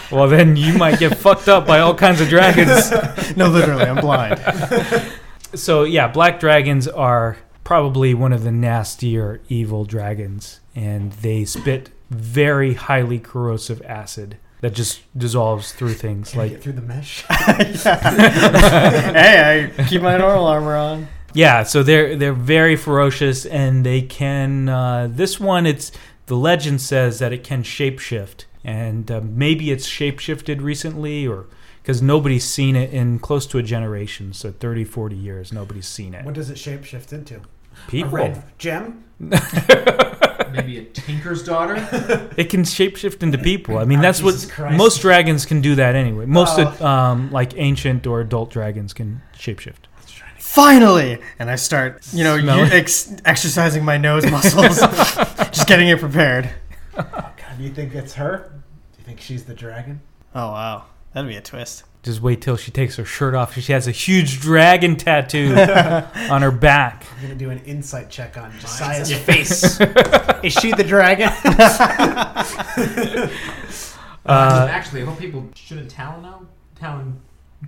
Speaker 3: well, then you might get fucked up by all kinds of dragons.
Speaker 6: No, literally, I'm blind.
Speaker 3: So yeah, black dragons are probably one of the nastier evil dragons, and they spit very highly corrosive acid that just dissolves through things
Speaker 4: Can we
Speaker 3: like
Speaker 4: get through the mesh?
Speaker 6: hey, I keep my normal armor on.
Speaker 3: Yeah, so they're they're very ferocious, and they can. Uh, this one, it's the legend says that it can shapeshift, and uh, maybe it's shapeshifted recently, or because nobody's seen it in close to a generation, so 30, 40 years, nobody's seen it.
Speaker 4: What does it shape shift into? A
Speaker 3: People,
Speaker 4: red gem?
Speaker 5: Maybe a tinker's daughter?
Speaker 3: it can shapeshift into people. I mean, that's
Speaker 4: Oh,
Speaker 3: what
Speaker 4: Jesus Christ.
Speaker 3: most dragons can do. That anyway, most
Speaker 5: Oh.
Speaker 3: um, like ancient or adult dragons can shapeshift.
Speaker 6: Finally! And I start, you know,
Speaker 3: Smell
Speaker 6: you ex- exercising my nose muscles, just getting it prepared.
Speaker 4: Oh, God, do you think it's her? Do you think she's the dragon?
Speaker 6: Oh, wow. That'd be a twist.
Speaker 3: Just wait till she takes her shirt off. She has a huge dragon tattoo on her back.
Speaker 4: I'm gonna do an insight check on Josiah's
Speaker 5: Yeah.
Speaker 4: face. Is she the dragon?
Speaker 3: Uh,
Speaker 5: Actually, I hope people shouldn't Talon now. Talon,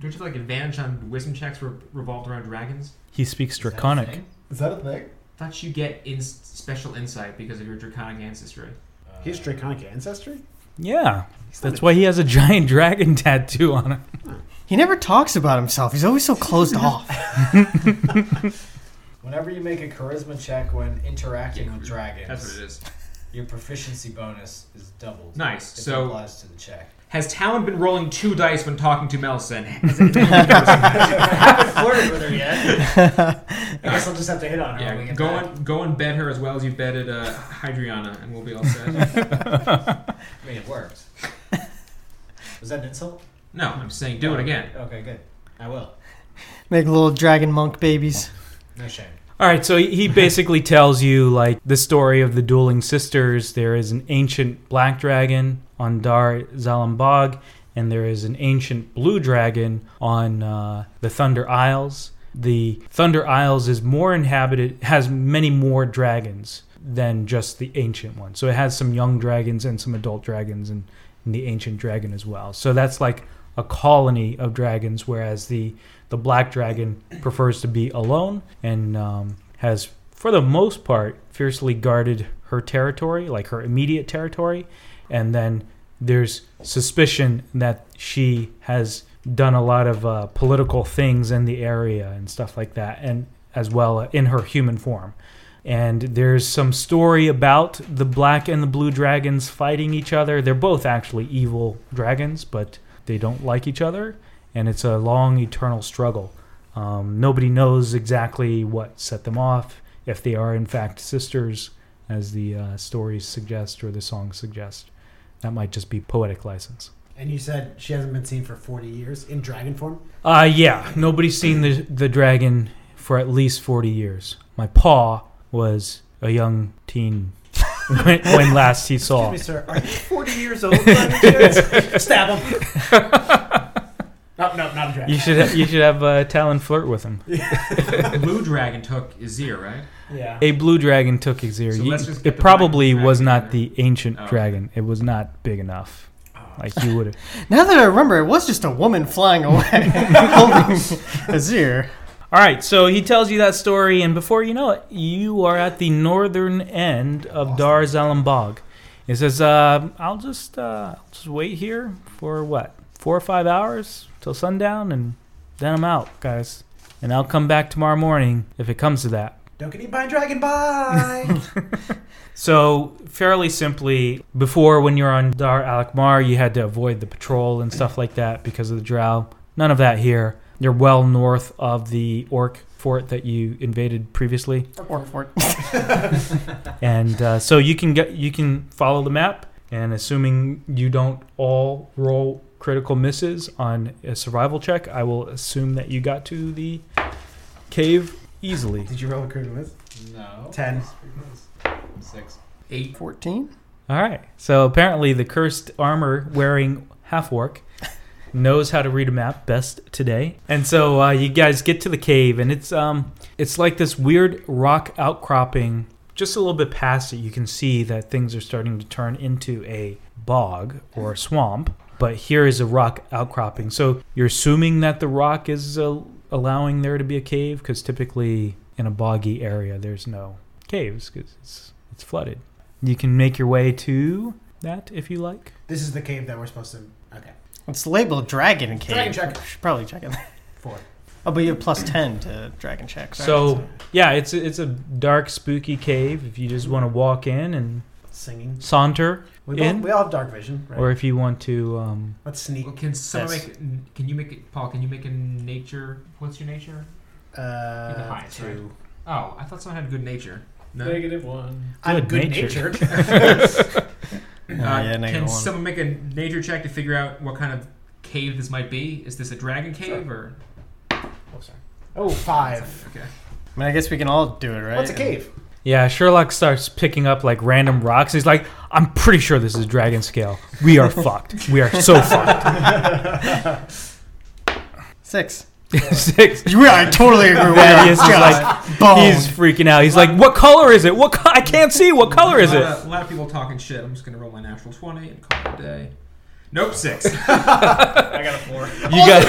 Speaker 5: don't you have like advantage on wisdom checks re- revolved around dragons?
Speaker 3: He speaks
Speaker 5: Is that a
Speaker 3: draconic.
Speaker 5: thing?
Speaker 4: Is that a thing?
Speaker 5: Thought you get in- special insight because of your draconic ancestry.
Speaker 4: He has draconic ancestry.
Speaker 3: Yeah. That's why he has a giant dragon tattoo on him.
Speaker 6: He never talks about himself. He's always so closed off.
Speaker 7: Whenever you make a charisma check when interacting with dragons,
Speaker 5: That's what it is.
Speaker 7: your proficiency bonus is doubled.
Speaker 5: Nice.
Speaker 7: If it
Speaker 5: So,
Speaker 7: applies to the check.
Speaker 5: has Talon been rolling two dice when talking to Melson? Has it- haven't flirted with her yet.
Speaker 4: I guess I'll just have to hit on her. when we
Speaker 5: Yeah,
Speaker 4: get
Speaker 5: go
Speaker 4: back.
Speaker 5: and go and bed her as well as you bedded uh, Hydriana, and we'll be all set.
Speaker 7: I mean, it worked. Was that an insult?
Speaker 5: no, I'm saying do it again.
Speaker 7: Okay, good. I will.
Speaker 6: Make little dragon monk babies.
Speaker 7: No shame.
Speaker 3: All right, so he- he basically tells you like the story of the dueling sisters. There is an ancient black dragon on Dar Zalambog, and there is an ancient blue dragon on uh, the Thunder Isles. The Thunder Isles is more inhabited, has many more dragons than just the ancient one. So it has some young dragons and some adult dragons, and, and the ancient dragon as well. So that's like a colony of dragons, whereas the the black dragon prefers to be alone and um, has, for the most part, fiercely guarded her territory, like her immediate territory. And then there's suspicion that she has done a lot of uh, political things in the area and stuff like that, and as well uh, in her human form. And there's some story about the black and the blue dragons fighting each other. They're both actually evil dragons, but they don't like each other and it's a long eternal struggle. Um, nobody knows exactly what set them off, if they are in fact sisters, as the uh, stories suggest or the songs suggest. That might just be poetic license.
Speaker 4: And you said she hasn't been seen for 40 years in dragon form?
Speaker 3: Uh, yeah, nobody's seen the, the dragon for at least 40 years. My paw was a young teen when, when last he saw.
Speaker 4: Excuse me, sir. Are you 40 years old? by any chance? Stab him. no, no, not a dragon.
Speaker 3: You should you should have uh, Talon flirt with him.
Speaker 5: Blue Dragon took Azir, right?
Speaker 4: Yeah.
Speaker 3: A blue dragon took Xir.
Speaker 5: So
Speaker 3: You-
Speaker 5: let's just get
Speaker 3: it
Speaker 5: the black
Speaker 3: probably was
Speaker 5: dragon
Speaker 3: not
Speaker 5: then.
Speaker 3: the ancient
Speaker 5: Oh.
Speaker 3: dragon. It was not big enough. Like you would.
Speaker 6: Now that I remember, it was just a woman flying away, holding Azir.
Speaker 3: All right, so he tells you that story, and before you know it, you are at the northern end of Dar Zalem Bog. He says, uh, "I'll just uh, just wait here for what four or five hours till sundown, and then I'm out, guys. And I'll come back tomorrow morning if it comes to that."
Speaker 4: Don't get eaten by a dragon. Bye.
Speaker 3: So fairly simply, before when you're on Dar Alakmar, you had to avoid the patrol and stuff like that because of the Drow. None of that here. You're well north of the Orc fort that you invaded previously, and uh, so you can get you can follow the map. And assuming you don't all roll critical misses on a survival check, I will assume that you got to the cave easily.
Speaker 4: Did you roll a critical miss?
Speaker 7: No.
Speaker 4: Ten.
Speaker 7: Six.
Speaker 5: Eight.
Speaker 6: 14?
Speaker 3: All right. So apparently, the cursed armor wearing half orc knows how to read a map best today. And so uh, you guys get to the cave, and it's um, it's like this weird rock outcropping. Just a little bit past it, you can see that things are starting to turn into a bog or a swamp. But here is a rock outcropping. So you're assuming that the rock is uh, allowing there to be a cave, because typically in a boggy area there's no caves because it's it's flooded. You can make your way to that if you like.
Speaker 4: This is the cave that we're supposed to. Okay.
Speaker 6: It's labeled Dragon Cave.
Speaker 4: Dragon check.
Speaker 6: Should probably check it.
Speaker 4: Four.
Speaker 6: Oh, but you have plus 10 to Dragon checks. right?
Speaker 3: So yeah, it's a, it's a dark, spooky cave. If you just want to walk in and
Speaker 4: Singing.
Speaker 3: saunter,
Speaker 4: We,
Speaker 3: In?
Speaker 4: both, we all have dark vision, right?
Speaker 3: or if you want to, um,
Speaker 4: Let's sneak.
Speaker 5: Well, can someone
Speaker 6: That's-
Speaker 5: make? Can you make it, Paul? Can you make a nature? What's your nature?
Speaker 4: Uh,
Speaker 5: highest,
Speaker 4: two.
Speaker 5: Oh, I thought someone had good nature. No. Uh,
Speaker 7: Negative one.
Speaker 4: I'm
Speaker 3: Good
Speaker 4: good
Speaker 3: natured.
Speaker 4: natured.
Speaker 6: yeah,
Speaker 5: Uh, can
Speaker 6: negative one.
Speaker 5: someone make a nature check to figure out what kind of cave this might be? Is this a dragon cave or?
Speaker 4: oh, sorry. Oh, five.
Speaker 5: Okay.
Speaker 6: I mean, I guess we can all do it, right?
Speaker 4: What's a cave?
Speaker 3: yeah, Sherlock starts picking up like random rocks. He's like, I'm pretty sure this is dragon scale. We are fucked. We are so fucked.
Speaker 6: Six.
Speaker 3: Six.
Speaker 6: Yeah, I totally agree with that.
Speaker 3: Thaddeus is like, he's freaking out. He's like, what color is it? What co- I can't see. What color is
Speaker 5: a
Speaker 3: it?
Speaker 5: lot, Of, a lot of people talking shit. I'm just gonna roll my natural twenty and call it a day. Nope, six.
Speaker 7: I got a four.
Speaker 3: You got.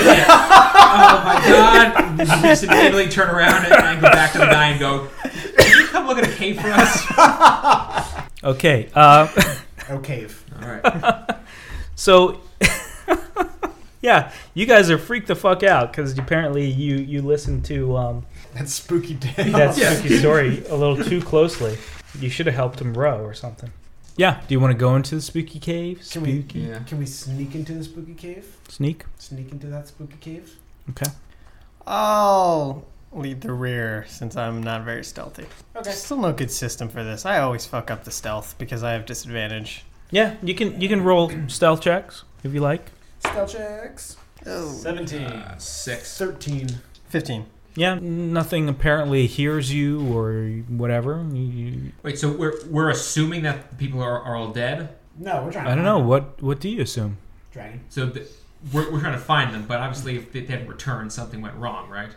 Speaker 5: oh my god! You should immediately turn around and, and go back to the guy and go. Can you come look at a cave for us?
Speaker 3: Okay. Uh,
Speaker 4: Oh, cave.
Speaker 5: All right.
Speaker 3: So, yeah, you guys are freaked the fuck out because apparently you you listened to um,
Speaker 4: That's spooky day.
Speaker 3: that spooky story a little too closely. You should have helped him row or something. Yeah. Do you want to go into the spooky cave?
Speaker 4: Can we-
Speaker 3: Spooky
Speaker 5: Yeah.
Speaker 4: Can we sneak into the spooky cave?
Speaker 3: sneak.
Speaker 4: Sneak into that spooky cave?
Speaker 6: I'll lead the rear since I'm not very stealthy.
Speaker 4: Okay.
Speaker 6: Still no good system for this. I always fuck up the stealth because I have disadvantage.
Speaker 3: Yeah, you can you can roll stealth checks if you like.
Speaker 4: Stealth checks.
Speaker 7: Seventeen.
Speaker 5: Uh, six.
Speaker 4: 13.
Speaker 6: 15.
Speaker 3: Yeah, nothing apparently hears you or whatever. You- you-
Speaker 5: Wait, so we're we're assuming that the people are, are all dead.
Speaker 4: No, we're trying to
Speaker 3: I don't
Speaker 4: find
Speaker 3: know
Speaker 4: it.
Speaker 3: what what do you assume.
Speaker 4: Dragon.
Speaker 5: So th- we're we're trying to find them, but obviously if they they haven't returned, something went wrong, right?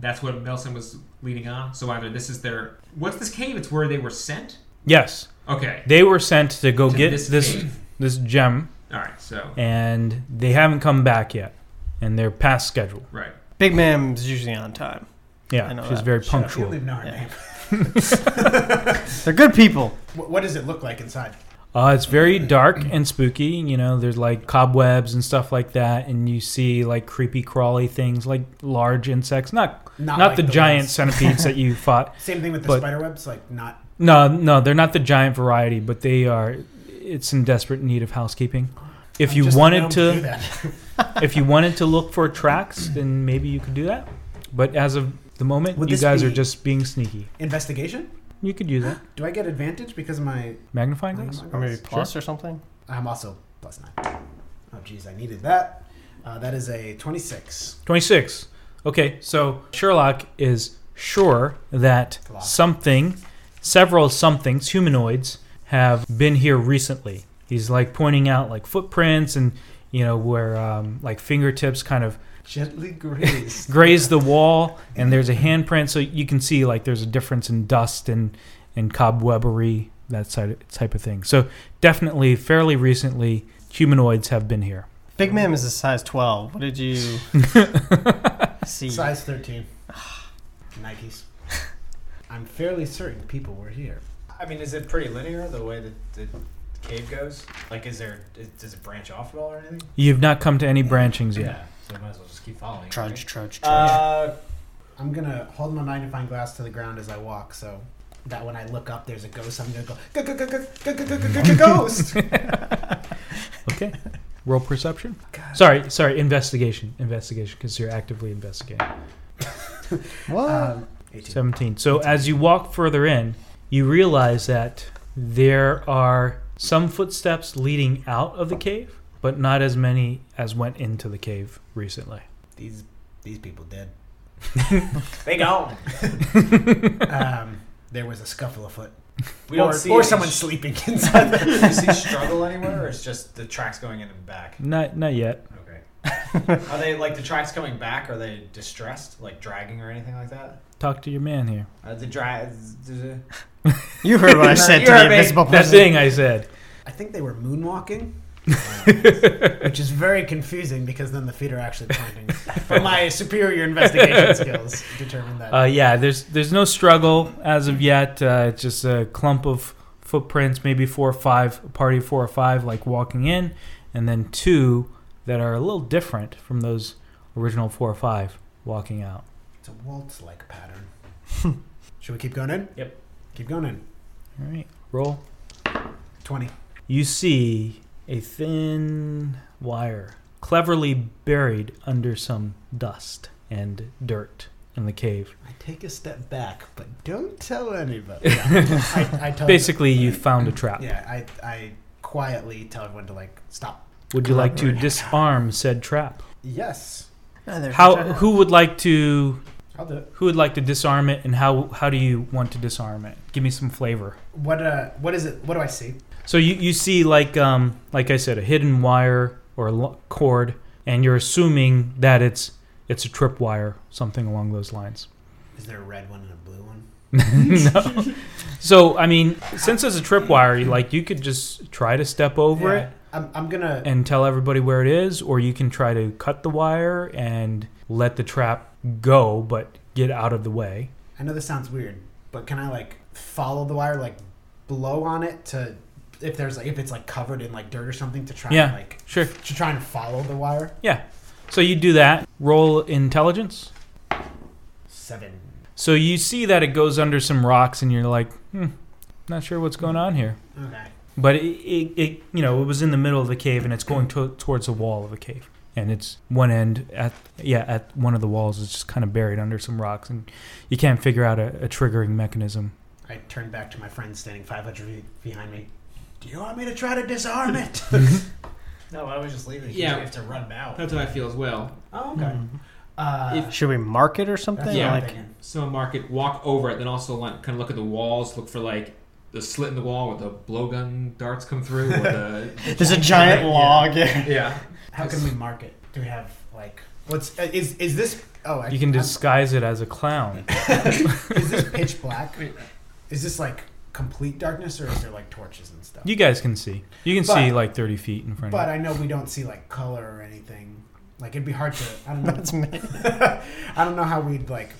Speaker 5: That's what Nelson was leading on. So either this is their what's this cave? It's where they were sent.
Speaker 3: Yes,
Speaker 5: Okay.
Speaker 3: they were sent to go
Speaker 5: To
Speaker 3: get
Speaker 5: this
Speaker 3: this
Speaker 5: cave.
Speaker 3: this gem
Speaker 5: All right. So
Speaker 3: and they haven't come back yet, and they're past schedule.
Speaker 5: right.
Speaker 6: Big Mam's usually on time. I
Speaker 3: Yeah,
Speaker 6: know
Speaker 3: she's
Speaker 6: that.
Speaker 3: very
Speaker 4: Shut up, You
Speaker 3: punctual.
Speaker 4: leave Nara,
Speaker 6: Yeah.
Speaker 4: man.
Speaker 6: They're good people.
Speaker 4: What, what does it look like inside?
Speaker 3: Uh, it's very dark and spooky. You know, there's like cobwebs and stuff like that, and you see like creepy crawly things, like large insects. Not not,
Speaker 4: like
Speaker 3: the, giant
Speaker 4: ones-
Speaker 3: centipedes that you fought.
Speaker 4: Same thing with the
Speaker 3: but-
Speaker 4: spider webs, like not.
Speaker 3: No, no, they're not the giant variety, but they are. It's in desperate need of housekeeping. If
Speaker 4: I'm
Speaker 3: you
Speaker 4: just a gnome
Speaker 3: wanted
Speaker 4: to do
Speaker 3: to,
Speaker 4: that.
Speaker 3: if you wanted to look for tracks, then maybe you could do that. But as of the moment,
Speaker 4: Would
Speaker 3: you
Speaker 4: this
Speaker 3: guys are
Speaker 4: be-
Speaker 3: just being sneaky.
Speaker 4: investigation.
Speaker 3: you could use that.
Speaker 4: Do I get advantage because of my?
Speaker 3: Magnifying
Speaker 4: my
Speaker 3: glass?
Speaker 6: Or maybe plus or something?
Speaker 4: I'm also plus nine. Oh, geez, I needed that. Uh, that is a twenty-six.
Speaker 3: 26. Okay, so Sherlock is sure that
Speaker 4: Lock.
Speaker 3: something, several somethings, humanoids, have been here recently. He's like pointing out like footprints and, you know, where um, like fingertips kind of
Speaker 4: Gently grazed.
Speaker 3: graze the wall and there's a handprint so you can see like there's a difference in dust and and cobwebbery that side type of thing so definitely fairly recently humanoids have been here
Speaker 6: Big Mim is a size 12. What did you see?
Speaker 4: Size thirteen. Nikes. I'm fairly certain people were here.
Speaker 7: I mean, is it pretty linear the way that the cave goes? Like, is there is, does it branch off at all or anything?
Speaker 3: you've not come to any branchings yet
Speaker 7: So we might as well just keep following.
Speaker 6: Trudge, trudge, trudge.
Speaker 7: Right? Uh,
Speaker 4: I'm gonna hold my magnifying glass to the ground as I walk, so that when I look up, there's a ghost. I'm gonna go "Go, go, go, go, go, go, go, go, go, ghost.
Speaker 3: okay roll perception sorry sorry investigation investigation because you're actively investigating
Speaker 6: what?
Speaker 4: Um, 18.
Speaker 3: 17. So as you walk further in, you realize that there are some footsteps leading out of the cave, but not as many as went into the cave recently.
Speaker 4: These these people did.
Speaker 7: they gone.
Speaker 4: Um, there was a scuffle afoot,
Speaker 7: We
Speaker 4: or,
Speaker 7: don't see
Speaker 4: or
Speaker 7: any
Speaker 4: someone
Speaker 7: sh-
Speaker 4: sleeping inside.
Speaker 7: Do you see struggle anywhere, or it's just the tracks going in and back?
Speaker 3: Not not yet.
Speaker 7: Okay. Are they like the tracks coming back? Are they distressed, like dragging or anything like that?
Speaker 3: Talk to your man here.
Speaker 7: Uh, the drag.
Speaker 6: you heard what I said to
Speaker 7: You're
Speaker 6: the
Speaker 7: a big-
Speaker 6: invisible
Speaker 3: That
Speaker 6: person.
Speaker 3: thing I said.
Speaker 4: I think they were moonwalking, which is very confusing because then the feet are actually pointing. But my superior investigation skills determined that.
Speaker 3: Uh, yeah, there's there's no struggle as of yet. Uh, it's just a clump of footprints, maybe four or five, a party of four or five, like walking in, and then two that are a little different from those original four or five walking out.
Speaker 4: it's a waltz-like pattern. Should we keep going in?
Speaker 7: Yep.
Speaker 4: Keep going in.
Speaker 3: All right, roll.
Speaker 4: Twenty.
Speaker 3: You see a thin wire cleverly buried under some dust and dirt in the cave.
Speaker 4: I take a step back, but don't tell anybody. Yeah, I, I tell
Speaker 3: Basically, you found a trap.
Speaker 4: Uh, Yeah, I, I quietly tell everyone to like stop.
Speaker 3: Would you like to disarm said trap?
Speaker 4: Yes,
Speaker 6: Oh, there's
Speaker 3: How?
Speaker 6: a trap.
Speaker 3: Who would like to?
Speaker 4: I'll do it.
Speaker 3: Who would like to disarm it? And how? How do you want to disarm it? Give me some flavor.
Speaker 4: What uh, what is it? What do I see?
Speaker 3: So you, you see like um like I said a hidden wire or a lo- cord, and you're assuming that it's it's a trip wire, something along those lines.
Speaker 4: Is there a red one and a blue one?
Speaker 3: no. So I mean, since it's a tripwire, you- like you could just try to step over
Speaker 4: Yeah,
Speaker 3: it
Speaker 4: I'm, I'm gonna.
Speaker 3: and tell everybody where it is, or you can try to cut the wire and let the trap go, but get out of the way.
Speaker 4: I know this sounds weird, but can I like follow the wire, like blow on it to if there's like if it's like covered in like dirt or something to try
Speaker 3: Yeah.
Speaker 4: and like
Speaker 3: Sure.
Speaker 4: to try and follow the wire.
Speaker 3: Yeah. So you do that. Roll intelligence.
Speaker 4: Seven.
Speaker 3: So you see that it goes under some rocks, and you're like, hmm, not sure what's going on here.
Speaker 4: Okay.
Speaker 3: But it, it, it, you know, it was in the middle of the cave, and it's going to, towards the wall of the cave, and it's one end at, yeah, at one of the walls is just kind of buried under some rocks, and you can't figure out a, a triggering mechanism.
Speaker 4: I turned back to my friend standing 500 feet behind me. Do you want me to try to disarm it?
Speaker 7: No, why don't we just leave it?
Speaker 5: Yeah.
Speaker 7: we have to run now.
Speaker 5: That's what I feel as well.
Speaker 4: oh, okay. Uh,
Speaker 5: If-
Speaker 6: Should we mark it or something?
Speaker 4: that's
Speaker 5: Yeah,
Speaker 4: what I'm
Speaker 6: Like,
Speaker 4: thinking.
Speaker 5: Someone mark it, walk over it, then also like, kind of look at the walls, look for like the slit in the wall where the blowgun darts come through. Or the,
Speaker 6: there's a giant
Speaker 4: Yeah.
Speaker 6: log. here.
Speaker 5: yeah.
Speaker 4: How can we mark it? Do we have like what's uh, is is this? Oh, I,
Speaker 3: You can
Speaker 4: I'm-
Speaker 3: disguise it as a clown.
Speaker 4: Is this pitch black? Is this like complete darkness, or is there like torches and stuff?
Speaker 3: You guys can see. You can see
Speaker 4: But-
Speaker 3: like thirty feet in front
Speaker 4: But
Speaker 3: of
Speaker 4: I know we don't see like color or anything. Like it'd be hard to. I don't know.
Speaker 6: That's me.
Speaker 4: I don't know how we'd like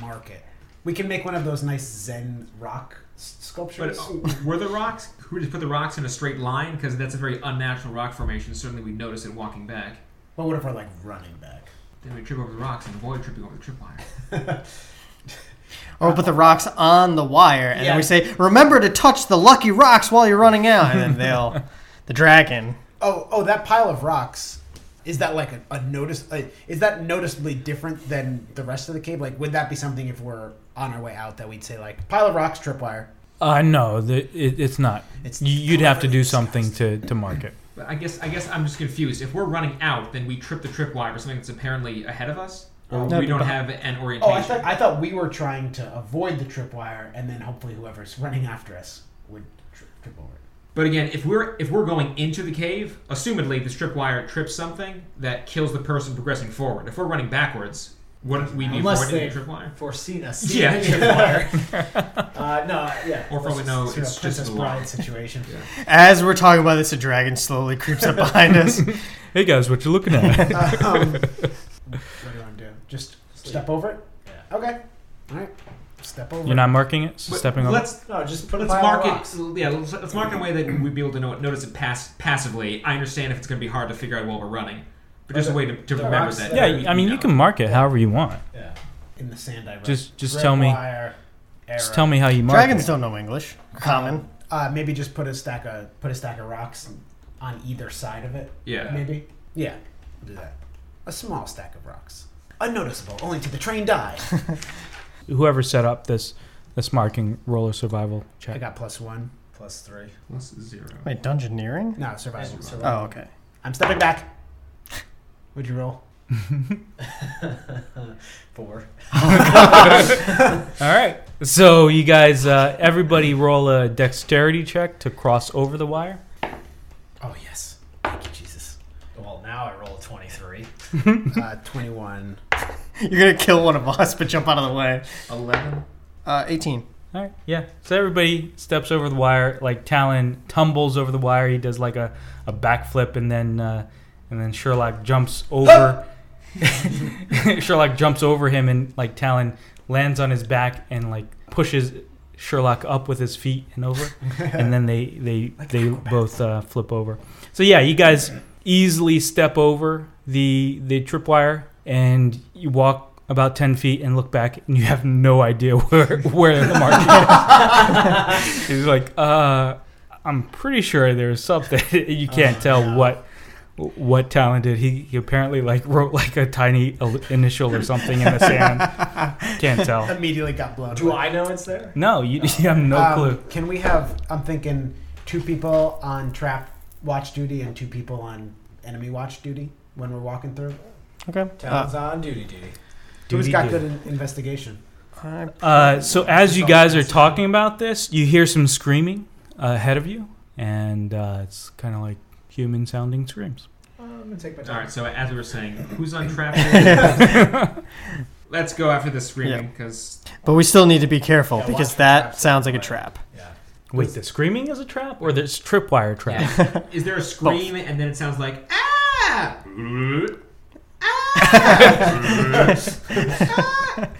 Speaker 4: mark it. We can make one of those nice Zen rock s-
Speaker 5: But
Speaker 4: sculptures.
Speaker 5: uh, were the rocks? Could we just put the rocks in a straight line? Because that's a very unnatural rock formation. Certainly we'd notice it walking back.
Speaker 4: but what if we're like running back?
Speaker 5: Then we trip over the rocks and avoid tripping over the tripwire.
Speaker 6: Or put the rocks on the wire, and
Speaker 4: Yeah.
Speaker 6: then we say, "Remember to touch the lucky rocks while you're running out." And then they'll, the dragon.
Speaker 4: Oh, oh, that pile of rocks. Is that like a, a notice? Like, is that noticeably different than the rest of the cave? Like, would that be something if we're on our way out that we'd say like pile of rocks, tripwire?
Speaker 3: Uh, no, the, it, it's not.
Speaker 4: It's
Speaker 3: You- You'd have to
Speaker 4: cleverly
Speaker 3: do
Speaker 4: disguised.
Speaker 3: something to, to mark it.
Speaker 5: But I guess I guess I'm just confused. If we're running out, then we trip the tripwire or something that's apparently ahead of us, or
Speaker 6: No,
Speaker 5: we don't
Speaker 6: but-
Speaker 5: have an
Speaker 4: Oh,
Speaker 5: orientation.
Speaker 4: I thought I thought we were trying to avoid the tripwire, and then hopefully whoever's running after us would trip, trip over. it.
Speaker 5: But again, if we're if we're going into the cave, assumedly the tripwire trips something that kills the person progressing forward. If we're running backwards, wouldn't we be
Speaker 7: Unless
Speaker 5: avoiding the
Speaker 7: they-
Speaker 5: tripwire?
Speaker 7: Foreseen us.
Speaker 5: Yeah.
Speaker 7: uh, no, yeah.
Speaker 5: Or probably
Speaker 7: Let's
Speaker 5: no,
Speaker 7: sort of
Speaker 5: it's
Speaker 7: Princess
Speaker 5: just a lie.
Speaker 7: Bride situation.
Speaker 6: As we're talking about this, a dragon slowly creeps up behind us.
Speaker 3: Hey guys, what you looking at?
Speaker 4: Uh, um, what do you want to do? Just step over it.
Speaker 7: Yeah.
Speaker 4: Okay. All right. Step over.
Speaker 3: You're
Speaker 4: it.
Speaker 3: not marking it? So
Speaker 5: But
Speaker 3: stepping over?
Speaker 5: Let's
Speaker 7: No, just put a
Speaker 5: let's
Speaker 7: pile
Speaker 5: mark
Speaker 7: of rocks.
Speaker 5: it. Yeah, let's, let's mark it in a way that we'd be able to know, notice it pass, passively. I understand if it's going to be hard to figure out while we're running, but just a way to, to
Speaker 7: The
Speaker 5: remember
Speaker 7: rocks
Speaker 5: that.
Speaker 7: that-
Speaker 3: Yeah, I mean, you
Speaker 5: know.
Speaker 3: can mark it however you want.
Speaker 7: Yeah.
Speaker 4: in the sand. I wrote.
Speaker 3: Just just
Speaker 4: Red
Speaker 3: tell me
Speaker 4: wire,
Speaker 3: just
Speaker 4: arrow.
Speaker 3: tell me how you mark
Speaker 6: Dragons
Speaker 3: it.
Speaker 6: don't know English. Common.
Speaker 4: Uh, maybe just put a stack of put a stack of rocks on either side of it.
Speaker 5: Yeah.
Speaker 4: Maybe. Yeah. We'll do that. A small stack of rocks, unnoticeable only to the trained eye.
Speaker 3: Whoever set up this this marking roller survival
Speaker 4: I
Speaker 3: check.
Speaker 4: got plus one.
Speaker 7: Plus three.
Speaker 5: Plus zero.
Speaker 6: Wait, dungeoneering?
Speaker 4: No, survival.
Speaker 7: Survival.
Speaker 6: Oh, okay.
Speaker 4: I'm stepping back. Would you roll?
Speaker 7: Four.
Speaker 3: All right. So you guys, uh, everybody, roll a dexterity check to cross over the wire.
Speaker 4: Oh yes.
Speaker 7: Thank you, Jesus. Well, now I roll a 23.
Speaker 4: Uh, Twenty-one.
Speaker 6: You're gonna kill one of us, but jump out of the way.
Speaker 5: Eleven.
Speaker 6: Uh, 18.
Speaker 3: All right. Yeah. So everybody steps over the wire. Like Talon tumbles over the wire. He does like a, a backflip, and then uh, and then Sherlock jumps over. Sherlock jumps over him, and like Talon lands on his back and like pushes Sherlock up with his feet and over, and then they they they both uh, flip over. So yeah, you guys easily step over the the tripwire, and you walk. About ten feet, and look back, and you have no idea where where the mark is. He's like, uh, I'm pretty sure there's something. you can't tell what what talent did. He, he apparently like wrote like a tiny el- initial or something in the sand. can't tell.
Speaker 4: Immediately got blown.
Speaker 7: Do I know it's there?
Speaker 3: No, you, you have no
Speaker 4: Um,
Speaker 3: clue.
Speaker 4: Can we have? I'm thinking two people on trap watch duty and two people on enemy watch duty when we're walking through.
Speaker 6: Okay. Uh,
Speaker 7: Talon's on duty duty.
Speaker 4: Who's got
Speaker 3: Doody-doo.
Speaker 4: good in- investigation?
Speaker 6: I-
Speaker 3: Uh, so as you guys are talking about this, you hear some screaming uh, ahead of you, and uh, it's kind of like human sounding screams.
Speaker 7: I'm going to Um, take my
Speaker 5: All
Speaker 7: time.
Speaker 5: right. So as we were saying, who's on trap? Let's go after the screaming because
Speaker 6: but we still need to be careful
Speaker 7: Yeah, watch
Speaker 6: because
Speaker 7: for
Speaker 6: that
Speaker 7: traps
Speaker 6: sounds like a
Speaker 7: everywhere.
Speaker 6: trap.
Speaker 7: Yeah.
Speaker 3: Wait, the screaming is a trap, or there's tripwire trap?
Speaker 5: is there a scream and then it sounds like ah? Ah!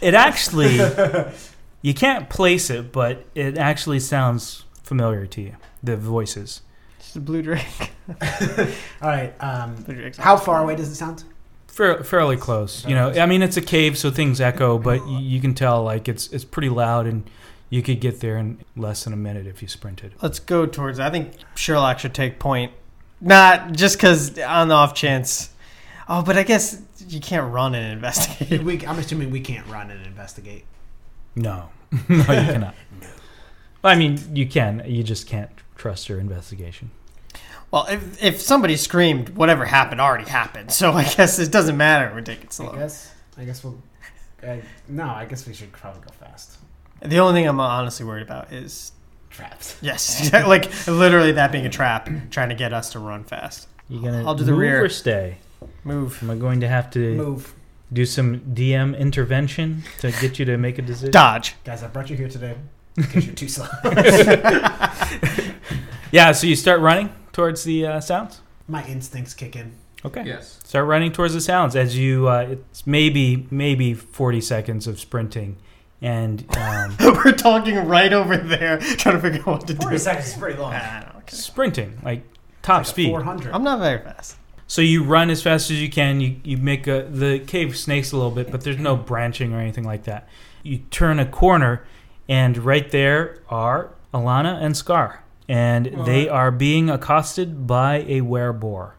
Speaker 3: It actually, you can't place it, but it actually sounds familiar to you. The voices.
Speaker 6: It's the blue drake.
Speaker 4: All right. Um,
Speaker 6: Blue drake
Speaker 4: how far away does it sound?
Speaker 3: Fair, fairly close, you know. I mean, it's a cave, so things echo, but you, you can tell like it's it's pretty loud, and you could get there in less than a minute if you sprinted.
Speaker 6: Let's go towards. I think Sherlock should take point. Not just because on the off chance. Oh, but I guess you can't run and investigate.
Speaker 4: We, I'm assuming we can't run and investigate.
Speaker 3: No, no, you cannot. I mean, you can. You just can't trust your investigation.
Speaker 6: Well, if, if somebody screamed, whatever happened already happened. So I guess it doesn't matter. We take it
Speaker 4: I
Speaker 6: slow.
Speaker 4: guess. I guess we'll. Uh, no, I guess we should probably go fast.
Speaker 6: The only thing I'm honestly worried about is
Speaker 4: Traps.
Speaker 6: yes, exact- like literally that being a trap, trying to get us to run fast.
Speaker 3: You gonna
Speaker 6: I'll do the
Speaker 3: move
Speaker 6: rear.
Speaker 3: or stay?
Speaker 6: Move.
Speaker 3: Am I going to have to
Speaker 4: Move,
Speaker 3: do some DM intervention to get you to make a decision?
Speaker 6: Dodge.
Speaker 4: guys. I brought you here today because you're too slow.
Speaker 3: Yeah, so you start running towards the uh, sounds.
Speaker 4: My instincts kick in.
Speaker 3: Okay.
Speaker 5: Yes.
Speaker 3: Start running towards the sounds as you. Uh, it's maybe maybe forty seconds of sprinting, and um,
Speaker 6: We're talking right over there, trying to figure out what to
Speaker 7: 40
Speaker 6: do.
Speaker 7: seconds is pretty long.
Speaker 6: Ah, I don't care.
Speaker 3: sprinting like top speed.
Speaker 4: Four hundred.
Speaker 6: I'm not very fast.
Speaker 3: So you run as fast as you can. You you make a the cave snakes a little bit, but there's no branching or anything like that. You turn a corner, and right there are Alana and Scar, and they are being accosted by a werebore.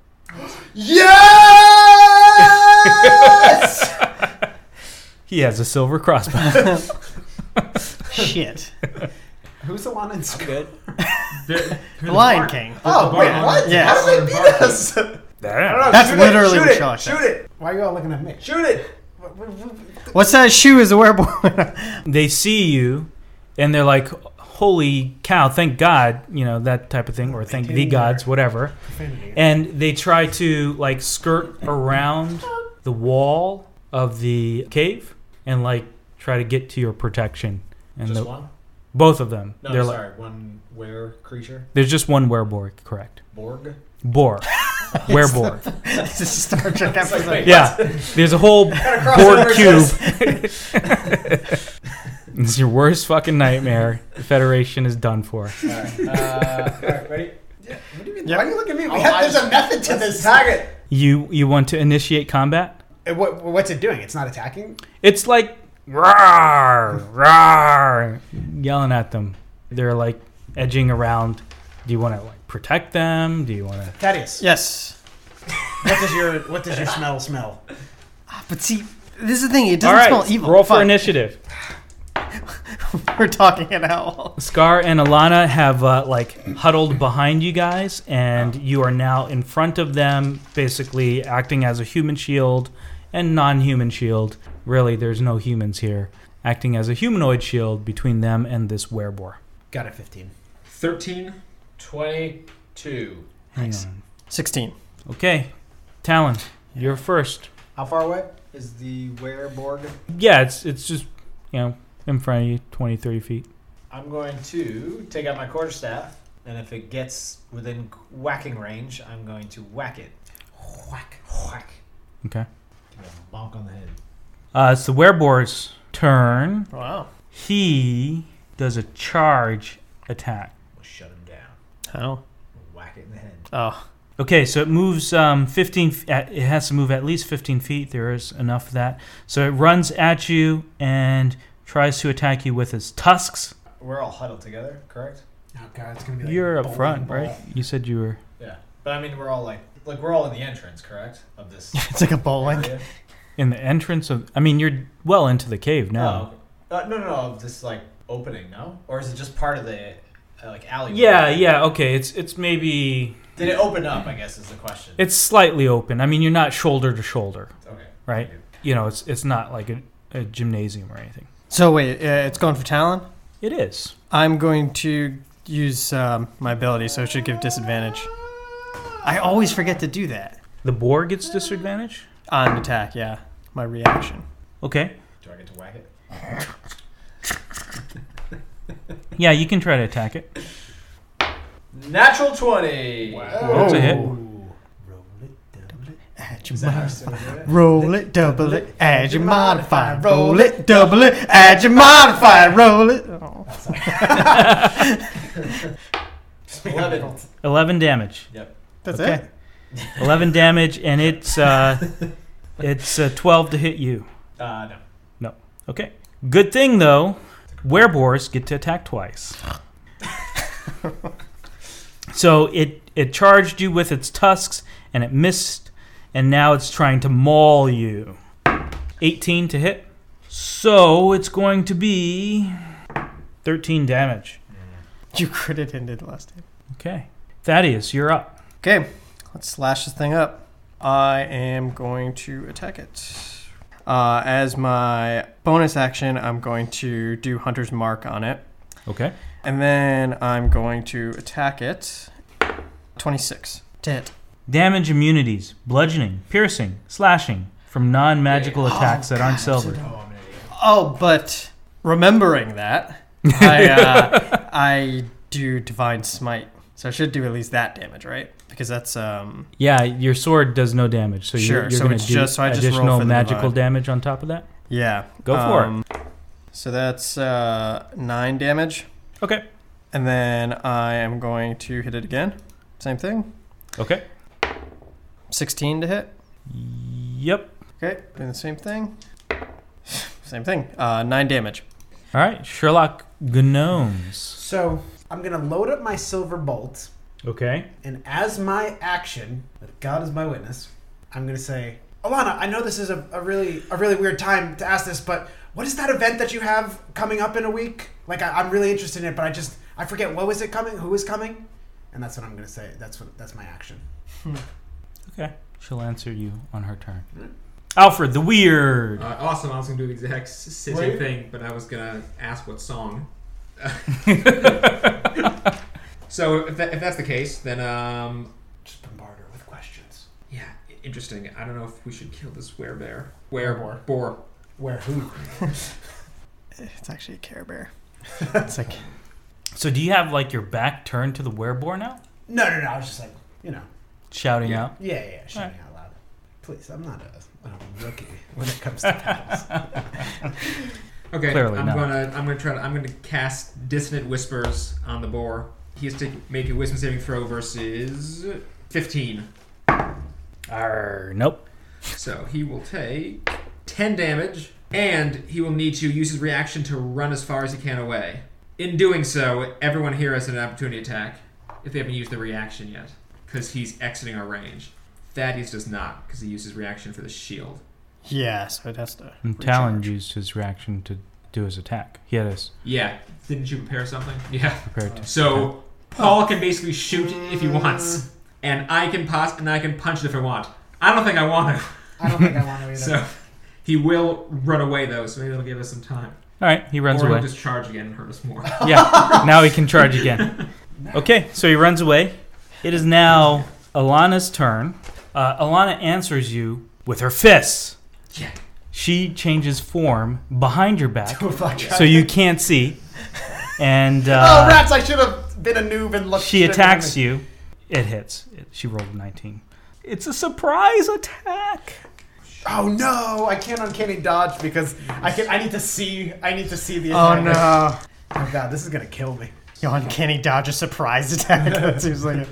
Speaker 6: Yes!
Speaker 3: He has a silver crossbow.
Speaker 6: Shit.
Speaker 4: Who's the one in school?
Speaker 5: Good. They're-
Speaker 6: The
Speaker 5: they're
Speaker 6: Lion
Speaker 5: bar-
Speaker 6: King.
Speaker 5: Oh, wait, what?
Speaker 6: Yes.
Speaker 5: How did they beat us?
Speaker 6: That's
Speaker 4: Shoot it,
Speaker 6: literally
Speaker 4: shoot
Speaker 6: what
Speaker 4: it,
Speaker 6: Shawshank.
Speaker 4: Shoot it! Why are you all looking at me? Shoot it! What- what- what-
Speaker 6: What's that shoe is a wearable?
Speaker 3: they see you, and they're like, "Holy cow! Thank God!" You know that type of thing, or "Thank the gods," whatever. And they try to like skirt around the wall of the cave and like try to get to your protection. And
Speaker 7: Just
Speaker 3: the-
Speaker 7: one?
Speaker 3: both of them.
Speaker 7: No,
Speaker 3: they're like,
Speaker 7: sorry. One were creature?
Speaker 3: there's just one werborg, correct?
Speaker 7: Borg?
Speaker 4: Uh,
Speaker 3: Boar. Werborg.
Speaker 6: This is Star Trek episode.
Speaker 3: Yeah, there's a whole board cube. it's your worst fucking nightmare. The Federation is done for.
Speaker 7: Alright. Uh, alright, ready?
Speaker 4: What do you mean?
Speaker 6: Yep.
Speaker 4: Why are you looking at me? We
Speaker 7: Oh,
Speaker 4: have,
Speaker 7: I
Speaker 4: there's
Speaker 7: just-
Speaker 4: a method to this. Target.
Speaker 3: You you want to initiate combat?
Speaker 4: What, what's it doing? It's not attacking.
Speaker 3: It's like rawr, rawr, yelling at them. They're like edging around. Do you want to like protect them? Do you want to?
Speaker 4: Thaddeus,
Speaker 6: Yes.
Speaker 4: what does your what does your smell smell?
Speaker 6: Ah, But see, this is the thing. It
Speaker 3: All right,
Speaker 6: doesn't smell evil.
Speaker 3: roll for
Speaker 6: Fuck.
Speaker 3: initiative.
Speaker 6: We're talking it out.
Speaker 3: Scar and Alana have uh, like huddled behind you guys, and you are now in front of them, basically acting as a human shield and non-human shield. Really, there's no humans here. Acting as a humanoid shield between them and this werebore.
Speaker 4: Got a fifteen.
Speaker 7: 13, 22.
Speaker 3: Hang
Speaker 6: Nice.
Speaker 3: on.
Speaker 6: 16.
Speaker 3: Hmm. Okay, Talon, you're first.
Speaker 7: How far away is the where Borg?
Speaker 3: Yeah, it's it's just you know in front of you, 20, 30 feet.
Speaker 7: I'm going to take out my quarterstaff, and if it gets within whacking range, I'm going to whack it. Whack. Whack.
Speaker 3: Okay.
Speaker 7: Give it a bonk on the head.
Speaker 3: Uh, it's the werebore's turn.
Speaker 6: Wow.
Speaker 3: He does a charge attack.
Speaker 7: We'll shut him down.
Speaker 6: Oh.
Speaker 7: We'll whack it in the head.
Speaker 6: Oh.
Speaker 3: Okay, so it moves um, 15. f- at- It has to move at least 15 feet. There is enough of that. So it runs at you and tries to attack you with its tusks.
Speaker 7: We're all huddled together, correct?
Speaker 4: Oh god, it's gonna be. Like "Oh,
Speaker 3: You're
Speaker 4: a
Speaker 3: up
Speaker 4: bowling
Speaker 3: front,
Speaker 4: ball.
Speaker 3: right? You said you were.
Speaker 7: Yeah. But I mean, we're all like, like we're all in the entrance, correct? Of this
Speaker 6: It's like a bowling.
Speaker 7: area?
Speaker 3: In the entrance of. I mean, you're well into the cave now.
Speaker 7: Oh, okay. uh, no, no, no, of this like opening, no? Or is it just part of the uh, like
Speaker 4: Oh,
Speaker 7: alley?
Speaker 3: Yeah, yeah, okay. It's it's maybe.
Speaker 7: Did it open up? I guess is the question.
Speaker 3: It's slightly open. I mean, you're not shoulder to shoulder,
Speaker 7: okay.
Speaker 3: right? You know, it's it's not like a, a gymnasium or anything.
Speaker 6: So wait, uh, it's going for Talon?
Speaker 3: It is.
Speaker 6: I'm going to use um, my ability, so it should give disadvantage. I always forget to do that.
Speaker 3: The boar gets disadvantage.
Speaker 6: On attack, yeah. My reaction.
Speaker 3: Okay.
Speaker 7: Do I get to whack it?
Speaker 3: Yeah, you can try to attack it.
Speaker 7: Natural twenty. Wow.
Speaker 3: That's a hit.
Speaker 4: Roll it, double it.
Speaker 6: Add
Speaker 7: Is
Speaker 6: your
Speaker 7: that how
Speaker 6: mod-
Speaker 7: it's supposed to
Speaker 4: Oh.
Speaker 7: do it?
Speaker 6: Roll it, double it, add your modifier. Roll it, double it, add your modifier. Roll it. Oh.
Speaker 7: Eleven.
Speaker 3: 11 damage.
Speaker 6: That's
Speaker 3: Okay.
Speaker 6: it.
Speaker 3: 11 damage, and it's uh, it's uh, 12 to hit you.
Speaker 7: Uh, no.
Speaker 3: Okay. Good thing though, werebores get to attack twice. so it it charged you with its tusks, and it missed, and now it's trying to maul you. 18 to hit. So it's going to be 13 damage.
Speaker 6: You critted and did last time.
Speaker 3: Okay. Thaddeus, you're up.
Speaker 6: Okay, let's slash this thing up. I am going to attack it. Uh, as my bonus action, I'm going to do Hunter's Mark on it.
Speaker 3: Okay.
Speaker 6: And then I'm going to attack it. 26. To hit.
Speaker 3: Damage immunities, bludgeoning, piercing, slashing from non magical attacks that aren't silvered.
Speaker 6: Oh, but remembering that, I, uh, I do Divine Smite. So I should do at least that damage, right? Because that's um
Speaker 3: Yeah, your sword does no damage, so you're-
Speaker 6: Sure,
Speaker 3: you're,
Speaker 6: so
Speaker 3: going
Speaker 6: it's
Speaker 3: to do
Speaker 6: just- so I just roll
Speaker 3: additional
Speaker 6: for the
Speaker 3: magical
Speaker 6: divine.
Speaker 3: damage on top of that.
Speaker 6: yeah.
Speaker 3: Go for it.
Speaker 6: it. So that's uh nine damage.
Speaker 3: Okay.
Speaker 6: And then I am going to hit it again. Same thing.
Speaker 3: Okay.
Speaker 6: 16 to hit.
Speaker 3: Yep.
Speaker 6: Okay, doing the same thing. Same thing. Uh, nine damage.
Speaker 3: All right, Sherlock Gnomes.
Speaker 4: So I'm gonna load up my silver bolt
Speaker 3: Okay.
Speaker 4: And as my action, with God is my witness, I'm gonna say, Alana, I know this is a, a really a really weird time to ask this, but what is that event that you have coming up in a week? Like I, I'm really interested in it, but I just I forget what was it coming, who is coming, and that's what I'm gonna say. That's what that's my action.
Speaker 3: Okay. She'll answer you on her turn. Alfred the Weird.
Speaker 5: Uh, awesome. I was gonna do the exact s- same
Speaker 7: Wait.
Speaker 5: thing, but I was gonna ask what song. so if, that, if that's the case, then um,
Speaker 4: Just bombard her with questions.
Speaker 5: yeah, i- interesting. I don't know if we should kill this werebear.
Speaker 4: Boar.
Speaker 5: Were boar.
Speaker 4: Where who?
Speaker 6: It's actually a Care Bear. It's like
Speaker 3: So do you have like your back turned to the werebore now?
Speaker 4: No, no, no. I was just like, you know,
Speaker 3: Shouting
Speaker 5: Yeah.
Speaker 3: out.
Speaker 4: yeah, yeah, yeah shouting out loud. Please, I'm not a, a rookie when it comes to battles.
Speaker 5: Okay,
Speaker 3: Clearly
Speaker 5: I'm
Speaker 3: not.
Speaker 5: gonna I'm gonna try to I'm gonna cast dissonant whispers on the boar. He has to make a wisdom saving throw versus fifteen.
Speaker 3: Arr, nope.
Speaker 5: So he will take 10 damage, and he will need to use his reaction to run as far as he can away. In doing so, everyone here has an opportunity attack if they haven't used their reaction yet, because he's exiting our range. Thaddeus does not, because he used his reaction for the shield.
Speaker 6: yeah, so it has to.
Speaker 3: And Talon used his reaction to do his attack. He had his
Speaker 5: Yeah, didn't you prepare something? Yeah.
Speaker 3: prepared to.
Speaker 5: So Paul can basically shoot if he wants, and I can pass and I can punch it if I want. I don't think I want to,
Speaker 4: I don't think I want to either.
Speaker 5: so he will run away though. So maybe that'll give us some time.
Speaker 3: All right, he runs
Speaker 5: or
Speaker 3: away.
Speaker 5: he'll just charge again and hurt us more.
Speaker 3: yeah, now he can charge again. Okay, so he runs away. It is now Alana's turn. Uh, Alana answers you with her fists.
Speaker 5: Yeah.
Speaker 3: She changes form behind your back,
Speaker 4: If I tried-
Speaker 3: so you can't see, and
Speaker 4: oh,
Speaker 3: uh,
Speaker 4: rats! I should have been a noob and looked.
Speaker 3: she attacks you. It hits. It, she rolled a 19. It's a surprise attack.
Speaker 4: Oh no! I can't uncanny dodge because I can. I need to see. I need to see the.
Speaker 6: Oh
Speaker 4: attack.
Speaker 6: no!
Speaker 4: Oh god! This is gonna kill me.
Speaker 6: Yo, uncanny dodge a surprise attack. that seems like a,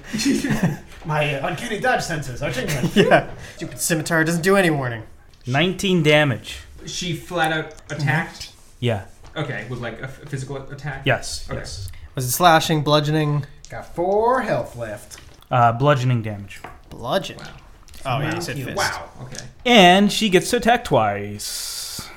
Speaker 4: My uh, uncanny dodge sensors are tingling.
Speaker 6: yeah. Stupid scimitar doesn't do any warning.
Speaker 3: 19 damage.
Speaker 5: She flat out attacked.
Speaker 3: Yeah.
Speaker 5: Okay, with like a f- physical attack.
Speaker 3: Yes.
Speaker 5: Okay.
Speaker 3: Yes.
Speaker 6: Was it slashing, bludgeoning,
Speaker 4: Got four health left.
Speaker 3: Uh, bludgeoning damage.
Speaker 6: bludgeon?
Speaker 5: Wow.
Speaker 6: Oh yeah, you said fist.
Speaker 5: Wow. Okay.
Speaker 3: And she gets to attack twice.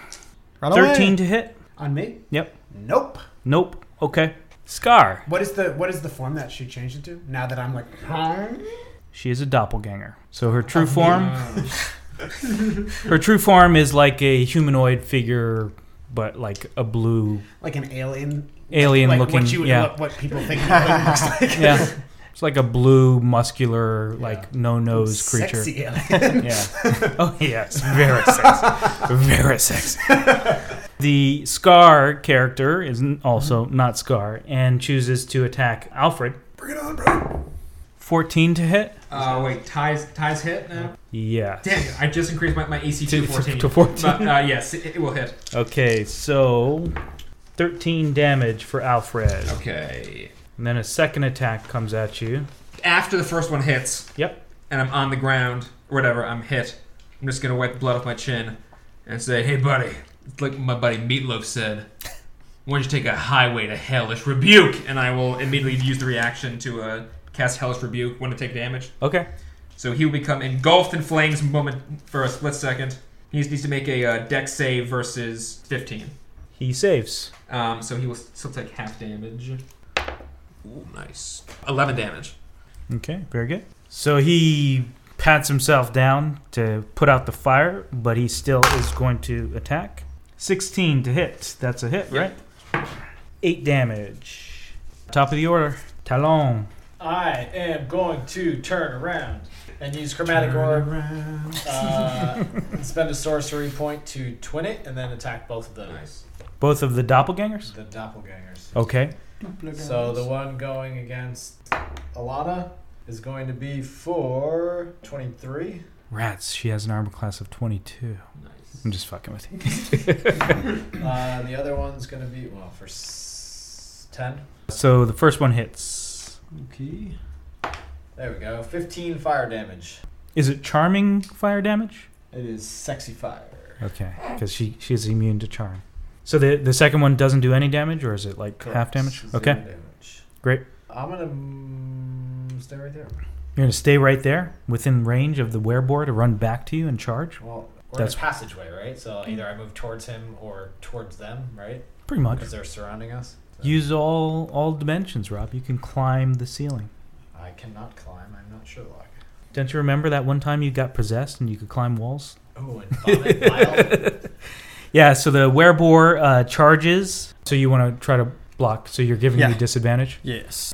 Speaker 6: Run away.
Speaker 3: 13 to hit.
Speaker 4: On me?
Speaker 3: Yep.
Speaker 4: Nope.
Speaker 3: Nope. Okay. Scar.
Speaker 4: What is the what is the form that she changed it to? Now that I'm like, hmm?
Speaker 3: She is a doppelganger. So her true form,
Speaker 5: Um,
Speaker 3: her true form is like a humanoid figure, but like a blue
Speaker 4: like an alien.
Speaker 3: alien
Speaker 4: like
Speaker 3: looking.
Speaker 4: what you would,
Speaker 3: yeah.
Speaker 4: what, what people think an alien looks like.
Speaker 3: yeah. It's like a blue, muscular, like no nose creature.
Speaker 4: Sexy alien.
Speaker 3: Yeah. Oh yes, very sexy, very sexy. The Scar character is n- also not Scar and chooses to attack Alfred.
Speaker 4: Mm-hmm. Bring it on, bro.
Speaker 3: Fourteen to hit.
Speaker 5: Uh, wait, ties ties hit now.
Speaker 3: Yeah.
Speaker 5: Damn it! I just increased my, my AC
Speaker 3: To-
Speaker 5: to
Speaker 3: to-
Speaker 5: fourteen.
Speaker 3: to 14.
Speaker 5: But, uh, yes, it, it will hit.
Speaker 3: Okay, so thirteen damage for Alfred,
Speaker 5: Okay.
Speaker 3: and then a second attack comes at you.
Speaker 5: After the first one hits,
Speaker 3: Yep.
Speaker 5: and I'm on the ground or whatever, I'm hit. I'm just gonna wipe the blood off my chin and say, "Hey, buddy," It's like my buddy Meatloaf said. Why don't you take a highway to hellish rebuke? And I will immediately use the reaction to uh, cast hellish rebuke when to take damage.
Speaker 3: Okay.
Speaker 5: So he will become engulfed in flames moment for a split second. He needs to make a uh, deck save versus 15.
Speaker 3: He saves.
Speaker 5: Um, so he will still take half damage. Ooh, nice. 11 damage.
Speaker 3: Okay, very good. So he pats himself down to put out the fire, but he still is going to attack. 16 to hit. That's a hit,
Speaker 5: Yep.
Speaker 3: right? 8 damage. Top of the order. Talon.
Speaker 7: I am going to turn around and use chromatic orb. Uh, and spend a sorcery point to twin it, and then attack both of those.
Speaker 5: Nice.
Speaker 3: Both of the doppelgangers?
Speaker 7: The doppelgangers.
Speaker 3: Okay.
Speaker 7: So the one going against Alana is going to be for 23.
Speaker 3: Rats, she has an armor class of 22. I'm
Speaker 5: Nice.
Speaker 3: just fucking with you.
Speaker 7: Uh, the other one's going to be, well, for s- 10.
Speaker 3: So the first one hits.
Speaker 7: Okay. There we go. 15 fire damage.
Speaker 3: Is it charming fire damage?
Speaker 7: It is sexy fire.
Speaker 3: Okay, because she, she is immune to charm. So the, the second one doesn't do any damage, or is it like half damage?
Speaker 7: Correct.
Speaker 3: Okay.
Speaker 7: Zero damage.
Speaker 3: Great.
Speaker 7: I'm going to
Speaker 4: stay right there.
Speaker 3: You're gonna stay right there within range of the werebore to run back to you and charge?
Speaker 4: Well,
Speaker 7: We're
Speaker 3: That's-
Speaker 7: in a passageway, right? So either I move towards him or towards them, right?
Speaker 3: Pretty much.
Speaker 7: Because they're surrounding us. So
Speaker 3: Use all all dimensions, Rob. You can climb the ceiling.
Speaker 7: I cannot climb. I'm not Sherlock.
Speaker 3: Don't you remember that one time you got possessed and you could climb walls?
Speaker 7: Oh, and vomit bile.
Speaker 3: Yeah, so the werebore uh, charges. So you want to try to block. So you're giving
Speaker 6: Yeah.
Speaker 3: me disadvantage.
Speaker 6: Yes.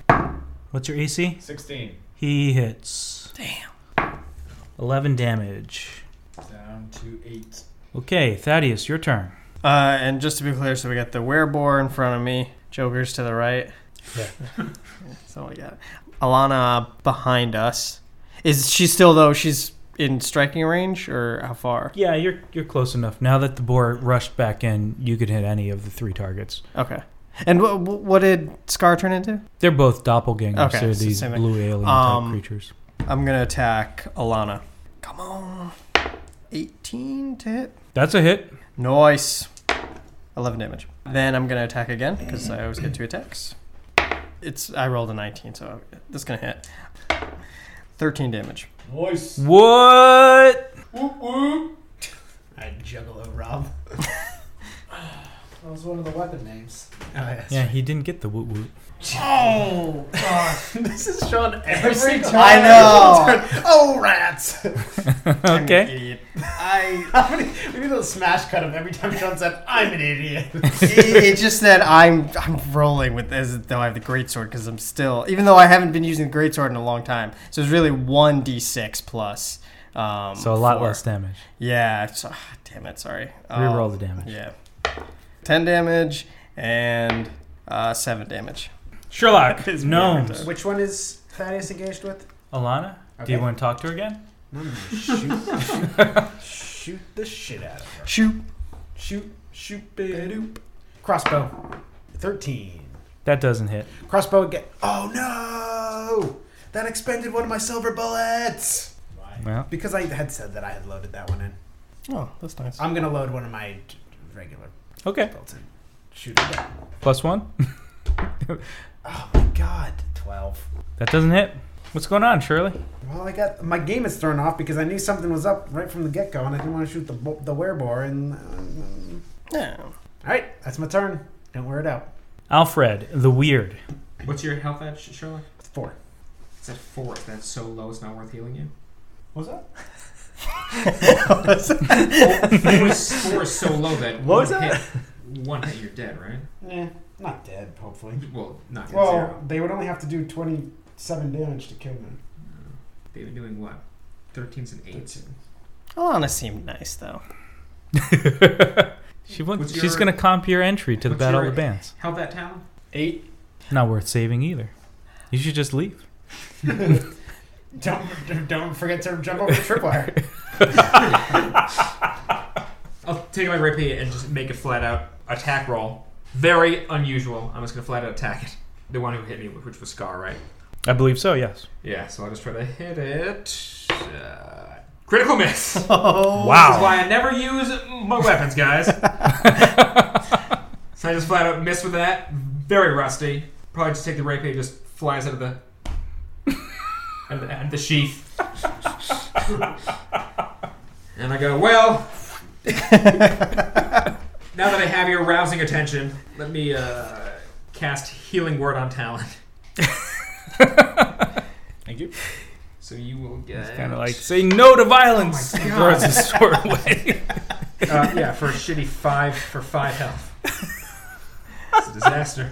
Speaker 3: What's your AC?
Speaker 7: 16.
Speaker 3: He hits. Damn. 11 damage.
Speaker 7: Down to 8.
Speaker 3: Okay, Thaddeus, your turn.
Speaker 6: Uh, and just to be clear, so we got the werebore in front of me, Joker's to the right.
Speaker 3: Yeah.
Speaker 6: That's all we got. Alana behind us. Is she still though? She's in striking range, or how far?
Speaker 3: Yeah, you're you're close enough. Now that the boar rushed back in, you could hit any of the three targets.
Speaker 6: Okay. And wh- wh- what did Scar turn into?
Speaker 3: They're both doppelgangers.
Speaker 6: Okay,
Speaker 3: They're
Speaker 6: it's the
Speaker 3: these
Speaker 6: same thing.
Speaker 3: blue alien type
Speaker 6: Um,
Speaker 3: creatures.
Speaker 6: I'm gonna attack Alana. Come on. 18 to hit.
Speaker 3: That's a hit.
Speaker 6: Nice. 11 damage. Then I'm going to attack again because I always get two attacks. It's I rolled a 19, so this is going to hit. 13 damage.
Speaker 7: Voice.
Speaker 3: What?
Speaker 4: I Juggalo Rob.
Speaker 7: That was one of the weapon names.
Speaker 4: Oh, yes.
Speaker 3: Yeah, he didn't get the woot woot.
Speaker 4: Oh, God. this is shown every,
Speaker 7: Every
Speaker 4: time.
Speaker 7: time.
Speaker 6: know.
Speaker 4: Oh, rats.
Speaker 3: Okay.
Speaker 6: Idiot.
Speaker 4: I. How many, we need a little smash cut of every time Sean said, I'm an idiot.
Speaker 6: It- it's just that I'm I'm rolling with as though I have the greatsword because I'm still even though I haven't been using the greatsword in a long time. So it's really 1d6 plus. Um,
Speaker 3: So a lot
Speaker 6: four.
Speaker 3: less damage.
Speaker 6: Yeah. So, ah, damn it. Sorry. Um,
Speaker 3: Reroll the damage.
Speaker 6: Yeah. 10 damage and uh, 7 damage.
Speaker 3: Sherlock,
Speaker 6: It's
Speaker 3: gnomes.
Speaker 6: weird.
Speaker 4: Which one is Thaddeus engaged with?
Speaker 3: Alana, do you
Speaker 4: Okay.
Speaker 3: want to talk to her again?
Speaker 4: No, I'm gonna shoot, shoot, shoot the shit out of her.
Speaker 6: Shoot.
Speaker 4: Shoot, shoot, bidoop. Crossbow. 13.
Speaker 3: That doesn't hit.
Speaker 4: Crossbow again. Oh no! That expended one of my silver bullets! Why?
Speaker 3: Well,
Speaker 4: Because I had said that I had loaded that one in.
Speaker 6: Oh, that's nice.
Speaker 4: I'm gonna load one of my t- regular
Speaker 3: okay.
Speaker 4: bullets in. Shoot it again.
Speaker 3: Plus one.
Speaker 4: Oh my god. 12.
Speaker 3: That doesn't hit. What's going on, Shirley?
Speaker 4: Well, I got my game is thrown off because I knew something was up right from the get go, and I didn't want to shoot the bo- the werebore. And um,
Speaker 6: No.
Speaker 4: all right, that's my turn. Don't wear it out.
Speaker 3: Alfred, the weird.
Speaker 5: What's your health at, Sh- Sherlock?
Speaker 4: It's four.
Speaker 5: It's at four. If that's so low, it's not worth healing you.
Speaker 4: What's that?
Speaker 5: Four is, four is so low that
Speaker 4: What was
Speaker 5: one
Speaker 4: that?
Speaker 5: hit, one hit, you're dead, right?
Speaker 4: Yeah, not dead. Hopefully.
Speaker 5: Well, not
Speaker 4: Well,
Speaker 5: zero.
Speaker 4: they would only have to do twenty seven damage to kill me.
Speaker 5: They've been doing what? 13's and 8.
Speaker 6: Alana seemed nice though.
Speaker 3: She wants,
Speaker 5: What's
Speaker 3: she's
Speaker 5: your-
Speaker 3: going to comp your entry to the
Speaker 5: what's
Speaker 3: Battle
Speaker 5: your-
Speaker 3: of the Bands.
Speaker 5: Held that town?
Speaker 7: 8.
Speaker 3: Not worth saving either. You should just leave.
Speaker 4: Don't don't forget to jump over the tripwire.
Speaker 5: I'll take my rapier and just make a flat out attack roll. Very unusual. I'm just gonna flat out attack it. The one who hit me, which was Scar, right?
Speaker 3: I believe so, yes.
Speaker 5: Yeah, so I'll just try to hit it. Uh, critical miss! This is
Speaker 3: wow.
Speaker 5: why I never use my weapons, guys. so I just flat out miss with that. Very rusty. Probably just take the rapier, just flies out of the. out of the, out of the sheath. and I go, well. now that I have your rousing attention, let me uh, cast Healing Word on Talent.
Speaker 3: Thank you.
Speaker 5: So you will get.
Speaker 3: Kind of like, say no to violence.
Speaker 5: Oh my
Speaker 3: and
Speaker 5: God.
Speaker 3: throws his sword away.
Speaker 5: Uh, yeah, for a shitty five for five health. it's a disaster.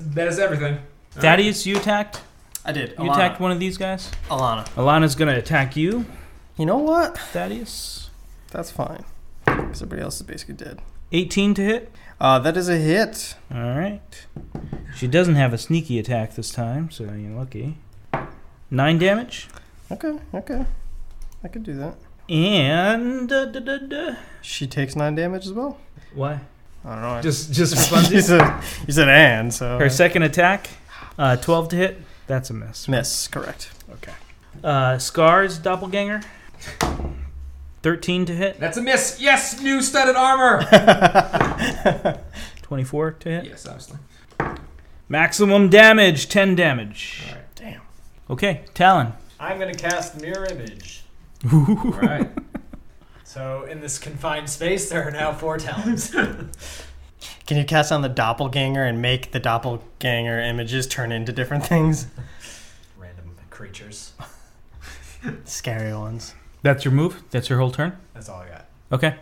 Speaker 5: that is everything.
Speaker 3: Thaddeus, you attacked?
Speaker 6: I did.
Speaker 3: You
Speaker 6: Alana.
Speaker 3: attacked one of these guys?
Speaker 6: Alana.
Speaker 3: Alana's going to attack you,
Speaker 6: You know what?
Speaker 3: Thaddeus.
Speaker 6: That's fine. 'Cause everybody else is basically dead.
Speaker 3: 18 to hit.
Speaker 6: Uh, that is a hit.
Speaker 3: All right. She doesn't have a sneaky attack this time, so you're lucky. Nine damage.
Speaker 6: Okay, okay. I could do that.
Speaker 3: And uh, duh, duh, duh.
Speaker 6: She takes nine damage as well.
Speaker 3: why?
Speaker 6: I don't know. I
Speaker 3: Just just for fun.
Speaker 6: you said you said and so
Speaker 3: Her second attack, uh, twelve to hit. That's a miss.
Speaker 6: miss. Correct.
Speaker 3: Uh, Scar's doppelganger, thirteen to hit,
Speaker 5: That's a miss. Yes, new studded armor.
Speaker 3: twenty-four to hit.
Speaker 5: yes, obviously.
Speaker 3: Maximum damage, ten damage.
Speaker 5: All right.
Speaker 6: Damn.
Speaker 3: Okay, Talon.
Speaker 7: I'm going to cast Mirror Image.
Speaker 5: All right.
Speaker 7: So in this confined space, there are now four talents.
Speaker 6: Can you cast on the doppelganger and make the doppelganger images turn into different things?
Speaker 7: Random creatures.
Speaker 6: Scary ones.
Speaker 3: That's your move. That's your whole turn.
Speaker 7: That's all I got.
Speaker 3: Okay.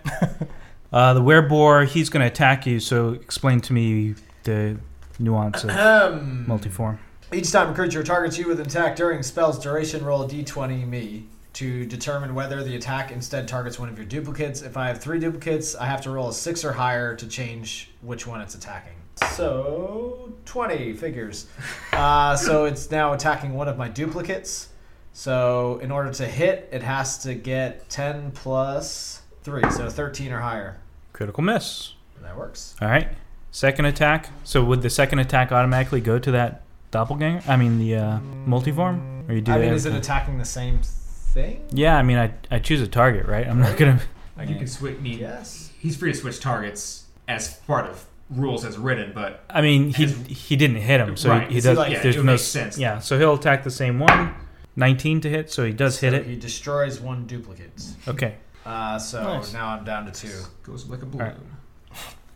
Speaker 3: uh, the werebore, he's going to attack you. So explain to me the nuance of
Speaker 7: Um,
Speaker 3: multiform.
Speaker 7: Each time a creature targets you with an attack during spell's duration, roll a d20 me to determine whether the attack instead targets one of your duplicates. If I have three duplicates, I have to roll a six or higher to change which one it's attacking. So, 20 figures. Uh, so it's now attacking one of my duplicates. So, in order to hit, it has to get 10 plus 3, so 13 or higher.
Speaker 3: Critical miss.
Speaker 7: And that works.
Speaker 3: All right. Second attack. So would the second attack automatically go to that doppelganger? I mean the uh, multiform? Or you do
Speaker 7: I
Speaker 3: that
Speaker 7: mean,
Speaker 3: every
Speaker 7: is it
Speaker 3: time?
Speaker 7: attacking the same thing?
Speaker 3: Yeah, I mean I, I choose a target, right? I'm not gonna.
Speaker 7: I
Speaker 5: You can switch. I mean,
Speaker 7: Yes.
Speaker 5: he's free to switch targets as part of rules as written, but
Speaker 3: I mean he he didn't hit him, so
Speaker 5: Right.
Speaker 3: he, he
Speaker 5: Is
Speaker 3: does.
Speaker 7: he like-
Speaker 5: yeah,
Speaker 3: there's
Speaker 5: it would
Speaker 3: no
Speaker 5: make
Speaker 3: s-
Speaker 5: sense.
Speaker 3: Yeah, so he'll attack the same one. 19 to hit, so he does hit
Speaker 7: So
Speaker 3: it.
Speaker 7: He destroys one duplicate.
Speaker 3: Okay,
Speaker 7: Uh, so
Speaker 6: Nice.
Speaker 7: now I'm down to two.
Speaker 5: goes like a balloon.
Speaker 3: Alright.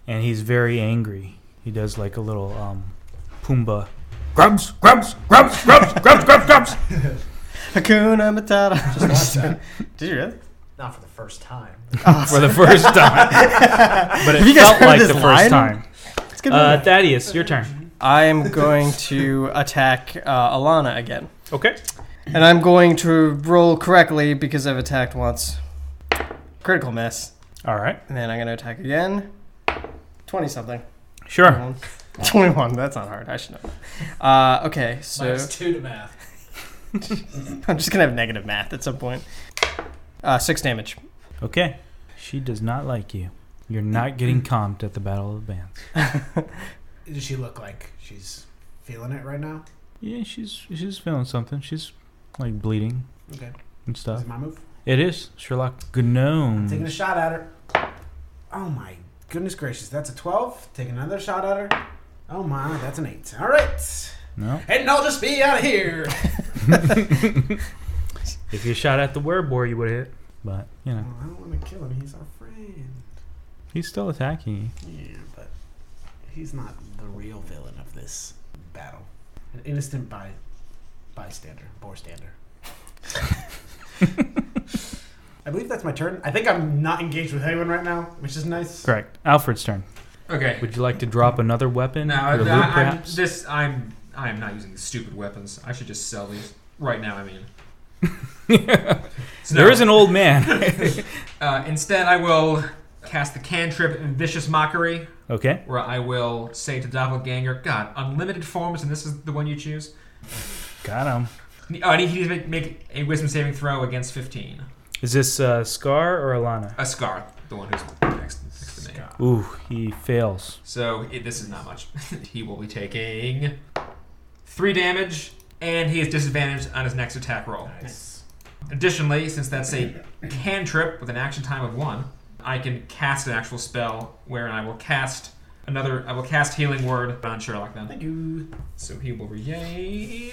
Speaker 3: and he's very angry. He does like a little um, Pumbaa. Grubs, grubs, grubs, grubs, grubs, grubs, grubs.
Speaker 6: Hakuna Matata.
Speaker 7: Just watch that.
Speaker 6: Did you really?
Speaker 7: Not for the first time.
Speaker 3: For the first time, but it
Speaker 6: Have you guys
Speaker 3: felt
Speaker 6: heard
Speaker 3: like
Speaker 6: this
Speaker 3: the first
Speaker 6: line?
Speaker 3: time.
Speaker 6: It's good.
Speaker 3: Uh, Thaddeus, your turn.
Speaker 6: I am going to attack uh, Alana again.
Speaker 3: Okay.
Speaker 6: And I'm going to roll correctly because I've attacked once. Critical miss.
Speaker 3: All right.
Speaker 6: And then I'm going to attack again. 20 something.
Speaker 3: Sure.
Speaker 6: 21. That's not hard. I should know. Uh, okay, so
Speaker 7: Minus two to math.
Speaker 6: I'm just going to have negative math at some point. Uh, six damage.
Speaker 3: Okay. She does not like you. You're not getting comped at the Battle of the Bands.
Speaker 4: Does she look like she's feeling it right now?
Speaker 3: Yeah, she's she's feeling something. She's like bleeding
Speaker 4: Okay.
Speaker 3: and
Speaker 4: Is
Speaker 3: stuff.
Speaker 4: it my move?
Speaker 3: It is Sherlock
Speaker 4: Taking a
Speaker 3: Gnome.
Speaker 4: shot at her. Oh my goodness gracious. That's a 12. Taking another shot at her. Oh my, that's an 8. All right.
Speaker 3: No.
Speaker 4: And I'll just be out of here.
Speaker 3: If you shot at the werebore, you would hit. But you
Speaker 4: Oh,
Speaker 3: know,
Speaker 4: I don't want to kill him. He's our friend.
Speaker 3: he's still attacking you.
Speaker 4: Yeah, but he's not the real villain of this battle. An innocent by bystander, borestander. I believe that's my turn. I think I'm not engaged with anyone right now, which is nice.
Speaker 3: Correct. Alfred's turn.
Speaker 5: Okay.
Speaker 3: Would you like to drop another weapon?
Speaker 5: No,
Speaker 3: or
Speaker 5: I,
Speaker 3: loot,
Speaker 5: I, am
Speaker 3: perhaps?
Speaker 5: this I'm I'm not using these stupid weapons. I should just sell these right now. I mean, So
Speaker 3: There
Speaker 5: no,
Speaker 3: is an old man.
Speaker 5: Uh, instead, I will cast the cantrip in vicious mockery,
Speaker 3: okay.
Speaker 5: where I will say to doppelganger, "God, unlimited forms, and this is the one you choose."
Speaker 3: Got him.
Speaker 5: Oh, and he needs to make, make a wisdom saving throw against 15.
Speaker 3: Is this uh, Scar or Alana?
Speaker 5: A scar, the one who's next, next to me.
Speaker 3: Ooh, he fails.
Speaker 5: So it, this is not much. he will be taking three damage, and he is disadvantaged on his next attack roll.
Speaker 4: Nice.
Speaker 5: Additionally, since that's a cantrip with an action time of one, I can cast an actual spell wherein I will cast another. I will cast Healing Word on Sherlock then.
Speaker 4: Thank you.
Speaker 5: So he will regain.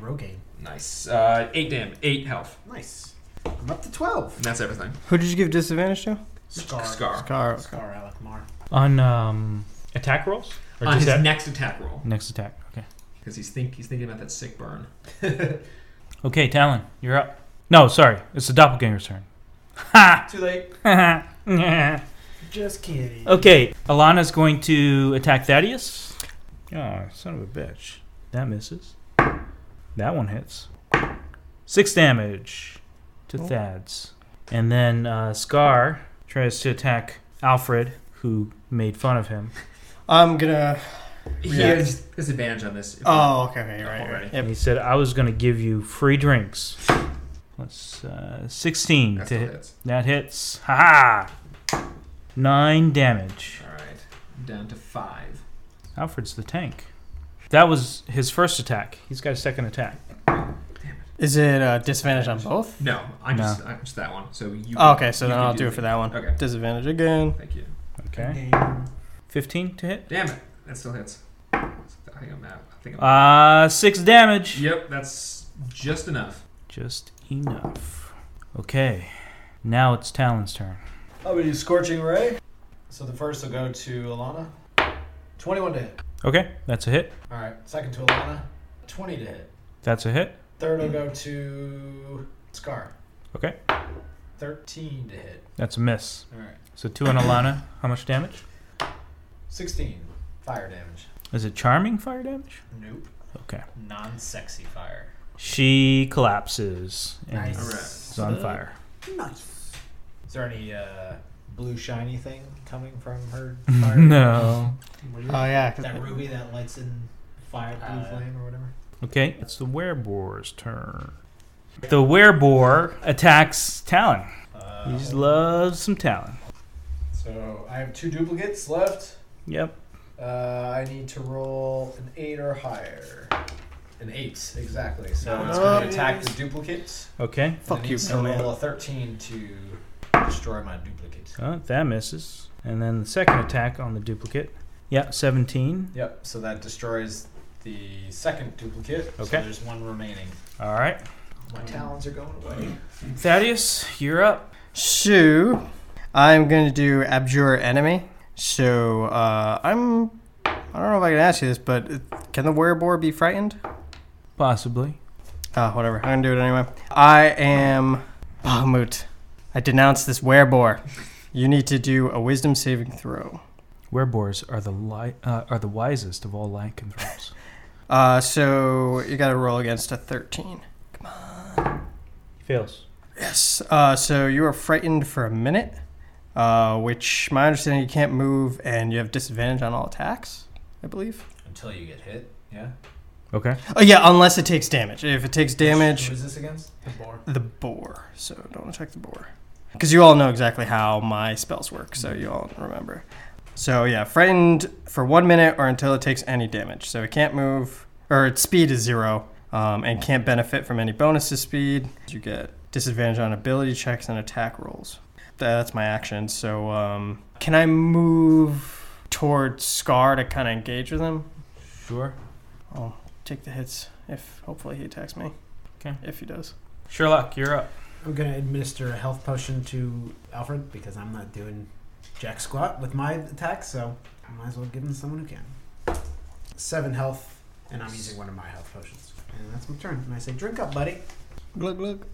Speaker 4: Rogaine.
Speaker 5: Nice. Uh, eight damage, eight health,
Speaker 4: Nice. I'm up to 12.
Speaker 5: and that's everything.
Speaker 6: Who did you give disadvantage to?
Speaker 4: Scar.
Speaker 5: Scar
Speaker 6: Carl.
Speaker 4: Scar Alec Mar.
Speaker 3: On um, attack rolls? Or
Speaker 5: on
Speaker 3: just
Speaker 5: his
Speaker 3: that-
Speaker 5: next attack roll
Speaker 3: Next attack. Okay.
Speaker 5: because he's think he's thinking about that sick burn.
Speaker 3: Okay, Talon, you're up. No, sorry. It's the doppelganger's turn.
Speaker 7: Too late.
Speaker 3: okay,
Speaker 4: Just kidding.
Speaker 3: Alana's going to attack Thaddeus. Oh, son of a bitch. That misses. That one hits. Six damage to Thad's. And then uh, Scar tries to attack Alfred, who made fun of him.
Speaker 6: I'm going to.
Speaker 5: He
Speaker 6: Yeah.
Speaker 5: has disadvantage on this.
Speaker 6: Oh, okay. okay, Right. right,
Speaker 5: Already.
Speaker 6: right. Yep.
Speaker 3: And he said, I was going to give you free drinks. Plus uh, 16
Speaker 5: That
Speaker 3: to
Speaker 5: still
Speaker 3: hit.
Speaker 5: hits.
Speaker 3: That hits. Ha ha! Nine damage.
Speaker 5: All right, down to five.
Speaker 3: Alfred's the tank. That was his first attack. He's got a second attack.
Speaker 6: Is it uh, disadvantage on both?
Speaker 5: No, I'm
Speaker 3: No.
Speaker 5: just I'm just that one. So you.
Speaker 6: Oh, okay, so
Speaker 5: you
Speaker 6: then
Speaker 5: can
Speaker 6: I'll do it for that one.
Speaker 5: Okay.
Speaker 6: Disadvantage again.
Speaker 5: Thank you.
Speaker 3: Okay. 15 to hit.
Speaker 5: Damn it, that still hits. I think I'm out. I think I'm out.
Speaker 3: Uh, six damage.
Speaker 5: Yep, that's Just enough.
Speaker 3: Just enough. Okay. Now it's Talon's turn.
Speaker 7: I'm gonna do Oh, Scorching Ray. So the first will go to Alana. 21 to hit.
Speaker 3: Okay, that's a hit.
Speaker 7: All right. Second to Alana. 20 to hit.
Speaker 3: That's a hit.
Speaker 7: Third will go to Scar.
Speaker 3: Okay.
Speaker 7: 13 to hit.
Speaker 3: That's a miss.
Speaker 7: All right.
Speaker 3: So two on Alana. How much damage?
Speaker 7: 16 fire damage.
Speaker 3: Is it charming fire damage?
Speaker 7: Nope.
Speaker 3: Okay.
Speaker 7: Non-sexy fire.
Speaker 3: She collapses and
Speaker 4: Nice.
Speaker 5: Alright.
Speaker 3: is on fire.
Speaker 4: Nice.
Speaker 7: Is there any uh, blue shiny thing coming from her fire?
Speaker 3: No.
Speaker 6: Oh yeah, 'cause-
Speaker 7: That ruby that lights in fire blue
Speaker 4: Uh,
Speaker 7: flame or whatever.
Speaker 3: Okay, it's the wereboar's turn. The wereboar attacks Talon. He
Speaker 7: Uh,
Speaker 3: just loves some Talon.
Speaker 7: so I have two duplicates left.
Speaker 3: Yep.
Speaker 7: Uh, I need to roll an eight or higher. An eight, exactly. So
Speaker 5: No,
Speaker 7: it's
Speaker 6: no.
Speaker 7: going to attack the duplicates.
Speaker 3: Okay.
Speaker 6: Fuck
Speaker 7: and it
Speaker 6: you,
Speaker 7: needs to
Speaker 6: Conan.
Speaker 7: roll a thirteen to destroy my duplicate.
Speaker 3: Oh, that misses. And then the second attack on the duplicate. Yeah, 17.
Speaker 7: Yep. So that destroys the second duplicate. So
Speaker 3: Okay.
Speaker 7: there's one remaining.
Speaker 3: All right.
Speaker 7: My talons are going away.
Speaker 3: Thaddeus, you're up.
Speaker 6: So, I'm gonna do abjure enemy. So, uh, I'm. I don't know if I can ask you this, but can the wereboar be frightened?
Speaker 3: Possibly.
Speaker 6: Oh, whatever. I'm gonna do it anyway. I am Bahamut. I denounce this wereboar. You need to do a wisdom saving throw.
Speaker 3: Wereboars are the li- uh, are the wisest of all lycanthropes.
Speaker 6: Uh, so you gotta roll against a 13.
Speaker 3: Fails.
Speaker 6: Yes. Uh, so you are frightened for a minute, uh, which my understanding you can't move and you have disadvantage on all attacks, I believe.
Speaker 7: Until you get hit. Yeah.
Speaker 3: Okay.
Speaker 6: Oh yeah, unless it takes damage. If it takes damage,
Speaker 7: Who is this against?
Speaker 4: The boar.
Speaker 6: the boar. So don't attack the boar. Because you all know exactly how my spells work, so you all remember. So yeah, frightened for one minute or until it takes any damage. So it can't move, or its speed is zero, um, and can't benefit from any bonus to speed. You get disadvantage on ability checks and attack rolls. That's my action. So um, can I move towards Scar to kind of engage with him?
Speaker 3: Sure.
Speaker 6: I'll take the hits if hopefully he attacks me.
Speaker 3: Okay.
Speaker 6: If he does.
Speaker 3: Sherlock, you're up.
Speaker 4: I'm gonna administer a health potion to Alfred because I'm not doing jack squat with my attack, so I might as well give him to someone who can. Seven health, and I'm using one of my health potions, and that's my turn. And I say, "Drink up, buddy."
Speaker 6: Glug glug.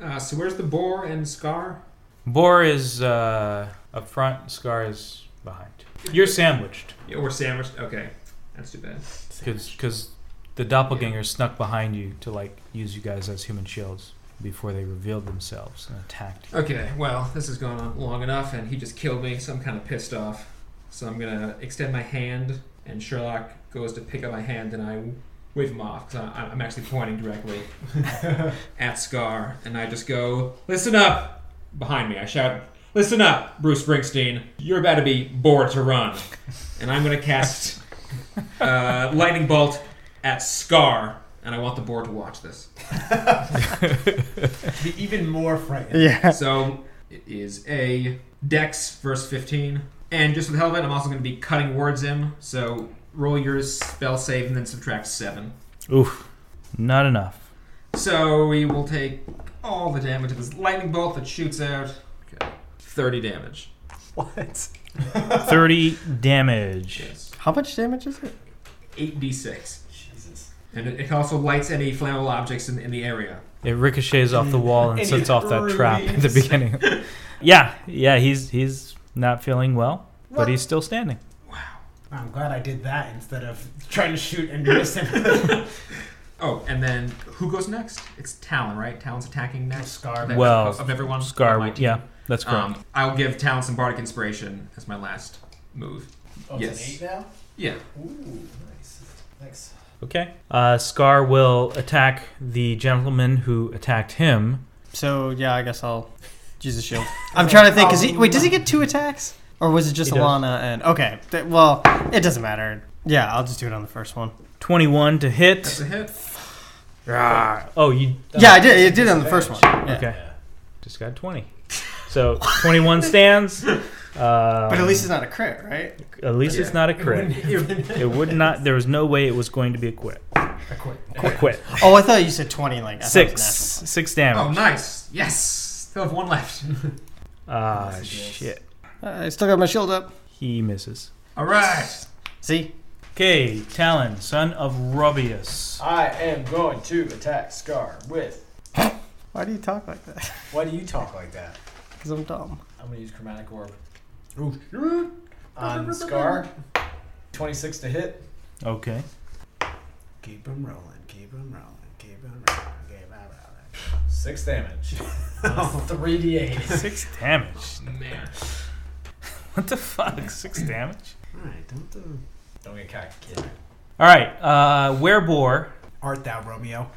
Speaker 5: Uh, so where's the boar and scar?
Speaker 3: Boar is uh, up front. Scar is behind. You're sandwiched
Speaker 5: Yeah, or sandwiched? Okay, that's too bad.
Speaker 3: because the doppelganger snuck behind you to like use you guys as human shields before they revealed themselves and attacked. you.
Speaker 5: Okay, well, this has gone on long enough, and he just killed me, so I'm kind of pissed off. So I'm gonna extend my hand, and Sherlock goes to pick up my hand, and I wave him off because I'm actually pointing directly at Scar, and I just go, "Listen up!" Behind me, I shout, "Listen up, Bruce Springsteen! You're about to be bored to run," and I'm gonna cast uh, lightning bolt at Scar, and I want the board to watch this.
Speaker 4: To be even more frightened.
Speaker 6: Yeah.
Speaker 5: So it is a Dex verse 15. And just for the hell of it, I'm also going to be cutting words in. So roll your spell save and then subtract 7.
Speaker 3: Oof. Not enough.
Speaker 5: So we will take all the damage of this lightning bolt that shoots out. Okay. 30 damage.
Speaker 4: What?
Speaker 3: 30 damage.
Speaker 5: Yes.
Speaker 6: How much damage is it?
Speaker 5: 8d6. Jesus. And it it also lights any flammable objects in, in the area.
Speaker 3: It ricochets off the wall and
Speaker 5: And
Speaker 3: sets
Speaker 5: he
Speaker 3: off that trap at the
Speaker 5: breathes.
Speaker 3: beginning. yeah, yeah, he's he's not feeling well, but he's still standing.
Speaker 4: I'm glad I did that instead of trying to shoot and miss him.
Speaker 5: Oh, and then who goes next? It's Talon, right? Talon's attacking next.
Speaker 4: Scar.
Speaker 5: Of ev-
Speaker 3: Well,
Speaker 5: of, of everyone. on Oh, my
Speaker 3: Scar,
Speaker 5: team.
Speaker 3: yeah, that's correct.
Speaker 5: Um, I'll give Talon some bardic inspiration as my last move.
Speaker 7: Oh,
Speaker 5: Yes.
Speaker 7: it's an eight now.
Speaker 5: Yeah.
Speaker 7: Ooh, nice. Thanks.
Speaker 3: okay. Uh, Scar will attack the gentleman who attacked him.
Speaker 6: So yeah, I guess I'll use the shield. I'm trying to think. Cause he, wait, does he get two attacks, or was it just
Speaker 3: He does.
Speaker 6: Alana and? Okay, th- well, it doesn't matter. Yeah, I'll just do it on the first one.
Speaker 3: 21 to
Speaker 5: That's
Speaker 3: hit.
Speaker 5: a hit.
Speaker 3: Rah. Oh, you
Speaker 6: yeah, I did. It did it on the first one. Yeah.
Speaker 3: okay. Just got 20. So 21 stands. Um,
Speaker 6: But at least it's not a crit, right?
Speaker 3: at least it's not a crit. It would not. There was no way it was going to be a quit.
Speaker 5: I quit.
Speaker 3: Quit. quit.
Speaker 6: Oh, I thought you said 20. Like I thought it
Speaker 3: Six.
Speaker 6: was natural.
Speaker 3: Six
Speaker 5: Oh,
Speaker 3: damage.
Speaker 5: nice. Yes. Still have one left.
Speaker 3: Ah,
Speaker 5: Yes, yes.
Speaker 3: shit.
Speaker 6: Uh, I still got my shield up.
Speaker 3: He misses.
Speaker 5: All right.
Speaker 6: See?
Speaker 3: Okay, Talon, son of Rubius.
Speaker 7: I am going to attack Scar with.
Speaker 6: Why do you talk like that?
Speaker 7: Why do you talk like that?
Speaker 6: Because I'm dumb.
Speaker 7: I'm gonna use chromatic orb. On Scar, 26 to hit.
Speaker 3: Okay.
Speaker 4: Keep 'em rolling, keep 'em rolling, keep 'em rolling, keep 'em rolling.
Speaker 7: Six damage. Three d eight.
Speaker 3: Six damage.
Speaker 5: Man.
Speaker 3: What the fuck? Six damage?
Speaker 4: All right, don't do.
Speaker 7: Don't get cocky, kid.
Speaker 3: All right, uh, Werebore.
Speaker 4: Art thou Romeo?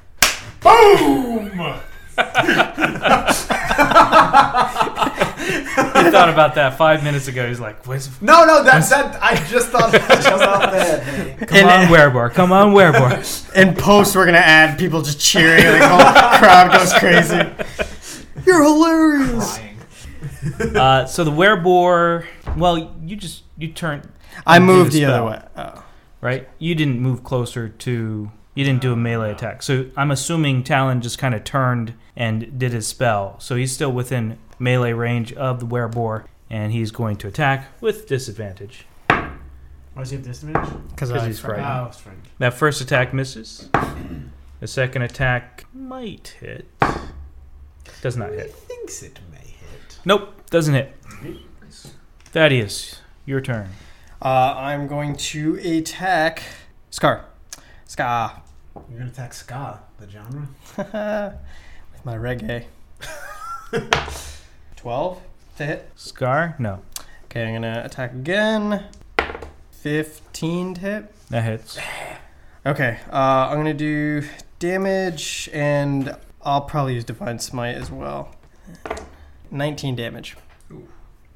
Speaker 3: He thought about that five minutes ago. He's like, Where's,
Speaker 7: No, no, that's that. I just thought that just off the head. man.
Speaker 3: come
Speaker 6: And-
Speaker 3: on, Werebore. Come on, Werebore.
Speaker 6: In post, we're gonna add people just cheering. Like the whole crowd goes crazy. You're hilarious.
Speaker 7: Lying.
Speaker 3: Uh, so the Werebore, well, you just, you turned,
Speaker 6: I
Speaker 3: Do the
Speaker 6: moved the other
Speaker 3: spell.
Speaker 6: way. Oh.
Speaker 3: right? You didn't move closer to. You didn't do a melee attack, so I'm assuming Talon just kind of turned and did his spell. So he's still within melee range of the werebore, and he's going to attack with disadvantage.
Speaker 4: Why does he have disadvantage?
Speaker 6: Because
Speaker 3: I- he's frightened.
Speaker 4: Oh, it's French.
Speaker 3: That first attack misses. The second attack might hit. Does not hit.
Speaker 4: Thinks it may hit.
Speaker 3: Nope, doesn't hit. Thaddeus, your turn.
Speaker 6: Uh, I'm going to attack Scar. Scar.
Speaker 4: You're gonna attack ska, the genre.
Speaker 6: With my reggae. 12 to hit.
Speaker 3: Scar? No,
Speaker 6: Okay, I'm going to attack again. 15 to hit.
Speaker 3: that hits.
Speaker 6: Okay, uh, I'm going to do damage and I'll probably use Divine Smite as well. 19 damage.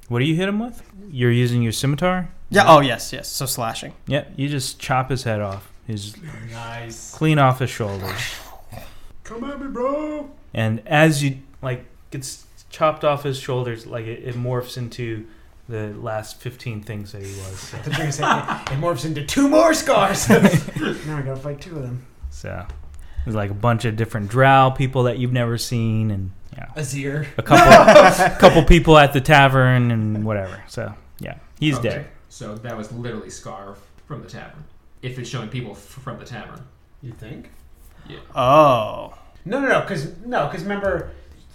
Speaker 3: What do you hit him with? You're using your scimitar?
Speaker 6: Yeah, oh, yes, yes. So slashing.
Speaker 3: Yeah, you just chop his head off. His
Speaker 7: Nice.
Speaker 3: clean off his shoulders.
Speaker 4: Come at me, bro.
Speaker 3: And as you like gets chopped off his shoulders, like it, it morphs into the last fifteen things that he was.
Speaker 4: The trigger said it it morphs into two more scars. now I gotta fight two of them.
Speaker 3: So there's like a bunch of different drow people that you've never seen, and yeah,
Speaker 7: Azir.
Speaker 3: a couple, couple people at the tavern and whatever. So yeah, he's
Speaker 5: Okay.
Speaker 3: dead.
Speaker 5: So that was literally Scar from the tavern. If it's showing people f- from the tavern.
Speaker 4: You think?
Speaker 6: Oh.
Speaker 4: No, no, no. Because no, because remember,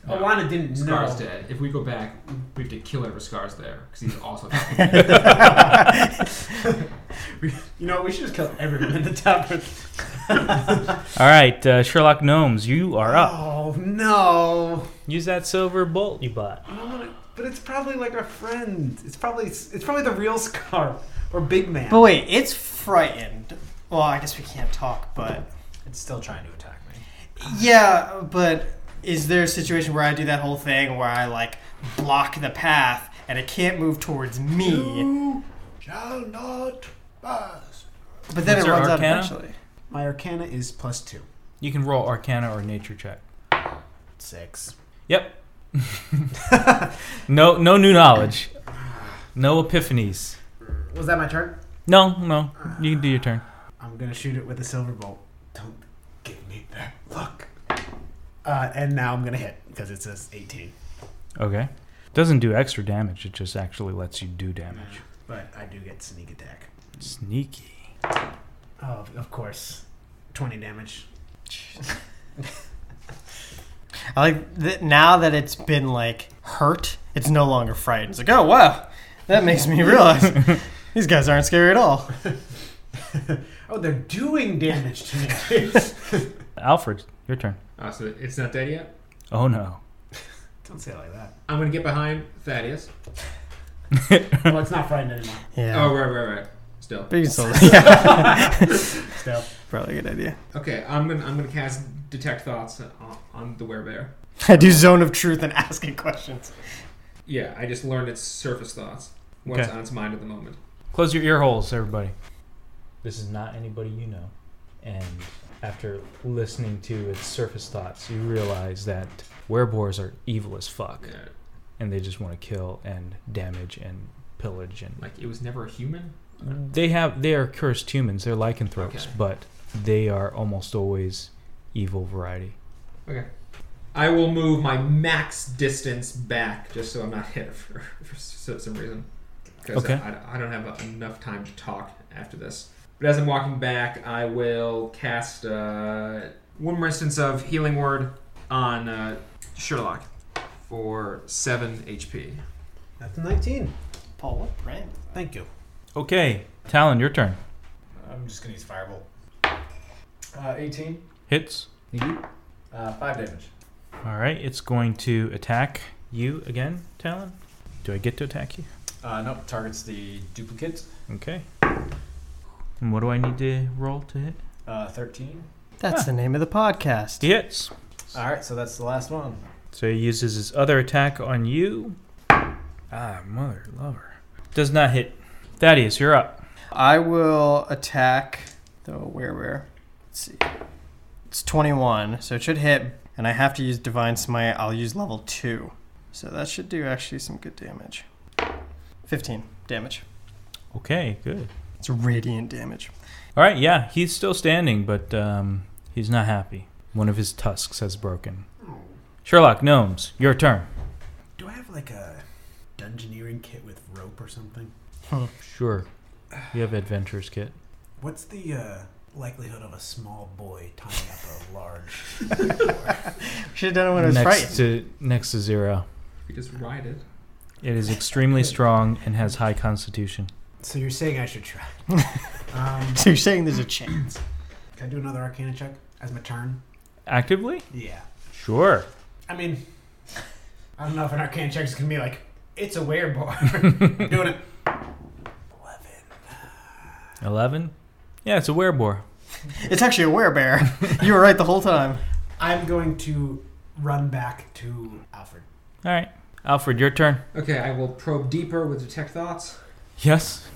Speaker 5: No.
Speaker 4: Alana didn't
Speaker 5: Scar's
Speaker 4: know.
Speaker 5: dead. If we go back, we have to kill whatever Scar's there because he's also.
Speaker 4: You know, we should just kill everyone in the tavern.
Speaker 3: All right, uh, Sherlock Gnomes, you are up.
Speaker 4: Oh no!
Speaker 3: Use that silver bolt you bought.
Speaker 4: I don't want to. But it's probably like a friend. It's probably it's probably the real Scar or Big Man.
Speaker 6: But wait, it's frightened. Well, I guess we can't talk, but.
Speaker 7: It's still trying to attack me.
Speaker 6: Yeah, but is there a situation where I do that whole thing where I like block the path and it can't move towards me?
Speaker 4: shall not pass.
Speaker 6: But then
Speaker 3: Is
Speaker 6: it
Speaker 3: there
Speaker 6: runs out
Speaker 3: Arcana?
Speaker 6: eventually.
Speaker 4: My Arcana is plus two.
Speaker 3: You can roll Arcana or Nature check.
Speaker 4: Six.
Speaker 3: Yep. no, no new knowledge. No epiphanies.
Speaker 4: Was that my turn?
Speaker 3: No, no. You can do your turn.
Speaker 4: I'm gonna shoot it with a silver bolt. Don't give me that look. Uh, and now I'm gonna hit because it says 18.
Speaker 3: Okay. Doesn't do extra damage. It just actually lets you do
Speaker 4: Mm.
Speaker 3: damage.
Speaker 4: But I do get sneak attack.
Speaker 3: Sneaky.
Speaker 4: Oh, of course. 20 damage.
Speaker 6: I like that now that it's been like hurt, it's no longer frightened. It's like, oh wow, that makes me realize these guys aren't scary at all.
Speaker 4: Oh, they're doing damage to me.
Speaker 3: Alfred, your turn.
Speaker 5: Uh, so it's not dead yet.
Speaker 3: Oh no.
Speaker 4: Don't say it like that.
Speaker 5: I'm gonna get behind Thaddeus.
Speaker 4: Well, it's not frightened anymore.
Speaker 6: Yeah,
Speaker 5: Oh right, right, right. Still.
Speaker 6: but you can still, yeah,
Speaker 4: Still.
Speaker 6: probably a good idea.
Speaker 5: Okay, I'm gonna I'm gonna cast detect thoughts on, on the werebear.
Speaker 6: I do zone of truth and asking questions.
Speaker 5: Yeah, I just learned its surface thoughts. What's
Speaker 3: Okay.
Speaker 5: on its mind at the moment.
Speaker 3: Close your ear holes, everybody. This is not anybody you know. And after listening to its surface thoughts, you realize that werebores are evil as fuck.
Speaker 5: Yeah.
Speaker 3: and they just want to kill and damage and pillage and
Speaker 5: Like it was never a human.
Speaker 3: they have they are cursed humans. They're lycanthropes,
Speaker 5: Okay.
Speaker 3: but they are almost always evil variety.
Speaker 5: Okay. I will move my max distance back just so I'm not hit for, for s- some reason. Because
Speaker 3: Okay.
Speaker 5: I, I, don't have enough time to talk after this. But as I'm walking back, I will cast uh, one more instance of Healing Word on uh, Sherlock for 7 HP.
Speaker 4: That's a 19.
Speaker 6: Paul, what brand?
Speaker 4: Thank you.
Speaker 3: Okay, Talon, your turn.
Speaker 7: I'm just gonna use Firebolt. Uh, 18.
Speaker 3: Hits.
Speaker 7: Uh, 5 damage.
Speaker 3: All right, it's going to attack you again, Talon. Do I get to attack you?
Speaker 7: Uh, nope, targets the duplicate.
Speaker 3: Okay. And what do I need to roll to hit?
Speaker 7: Uh, 13.
Speaker 6: That's the name of the podcast.
Speaker 3: Hits.
Speaker 7: Alright, so that's the last one.
Speaker 3: So he uses his other attack on you. Ah, mother lover. Does not hit. Thaddeus, you're up.
Speaker 6: I will attack. Though where where? Let's see. It's 21, so it should hit, and I have to use Divine Smite. I'll use level two, so that should do actually some good damage. 15 damage.
Speaker 3: Okay, good.
Speaker 6: It's radiant damage.
Speaker 3: All right, yeah, he's still standing, but um, he's not happy. One of his tusks has broken. Sherlock Gnomes, your turn.
Speaker 4: Oh, Do I have like a dungeoneering kit with rope or something?
Speaker 3: Sure. You have adventures kit.
Speaker 4: What's the uh, likelihood of a small boy tying up a large?
Speaker 6: Should have done it when I was
Speaker 3: next
Speaker 6: frightened.
Speaker 3: to next to zero.
Speaker 5: We just ride it.
Speaker 3: It is extremely strong and has high constitution.
Speaker 4: So you're saying I should try? um,
Speaker 6: So you're saying there's a chance?
Speaker 4: can I do another Arcana check as my turn?
Speaker 3: Actively?
Speaker 4: Yeah.
Speaker 3: Sure.
Speaker 4: I mean, I don't know if an Arcana check is gonna be like it's a werebar. I'm doing it. Eleven.
Speaker 3: Eleven. Yeah, it's a werebore.
Speaker 6: It's actually a werebear. you were right the whole time.
Speaker 4: I'm going to run back to Alfred.
Speaker 3: All right, Alfred, your turn.
Speaker 5: Okay, I will probe deeper with Detect Thoughts.
Speaker 3: Yes.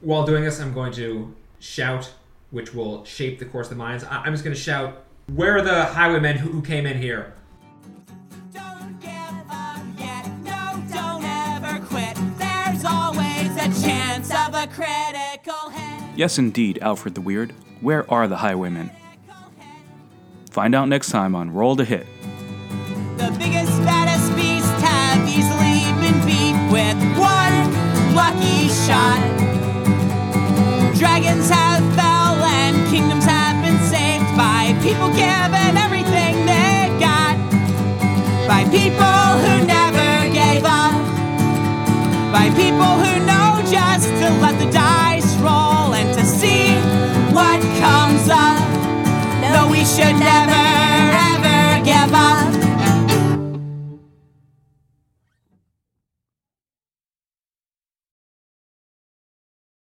Speaker 5: While doing this, I'm going to shout, which will shape the course of the minds. I- I'm just going to shout, Where are the highwaymen who who came in here?
Speaker 1: Don't give up yet. No, don't ever quit. There's always a chance of a critical hit.
Speaker 2: Yes, indeed, Alfred the Weird. Where are the highwaymen? Find out next time on Roll to Hit.
Speaker 1: The biggest, fattest beast have easily been beat with one lucky shot. Dragons have fell and kingdoms have been saved by people giving everything they got. By people who never gave up. By people who know just to let the dice roll and to see what comes up. No, we should never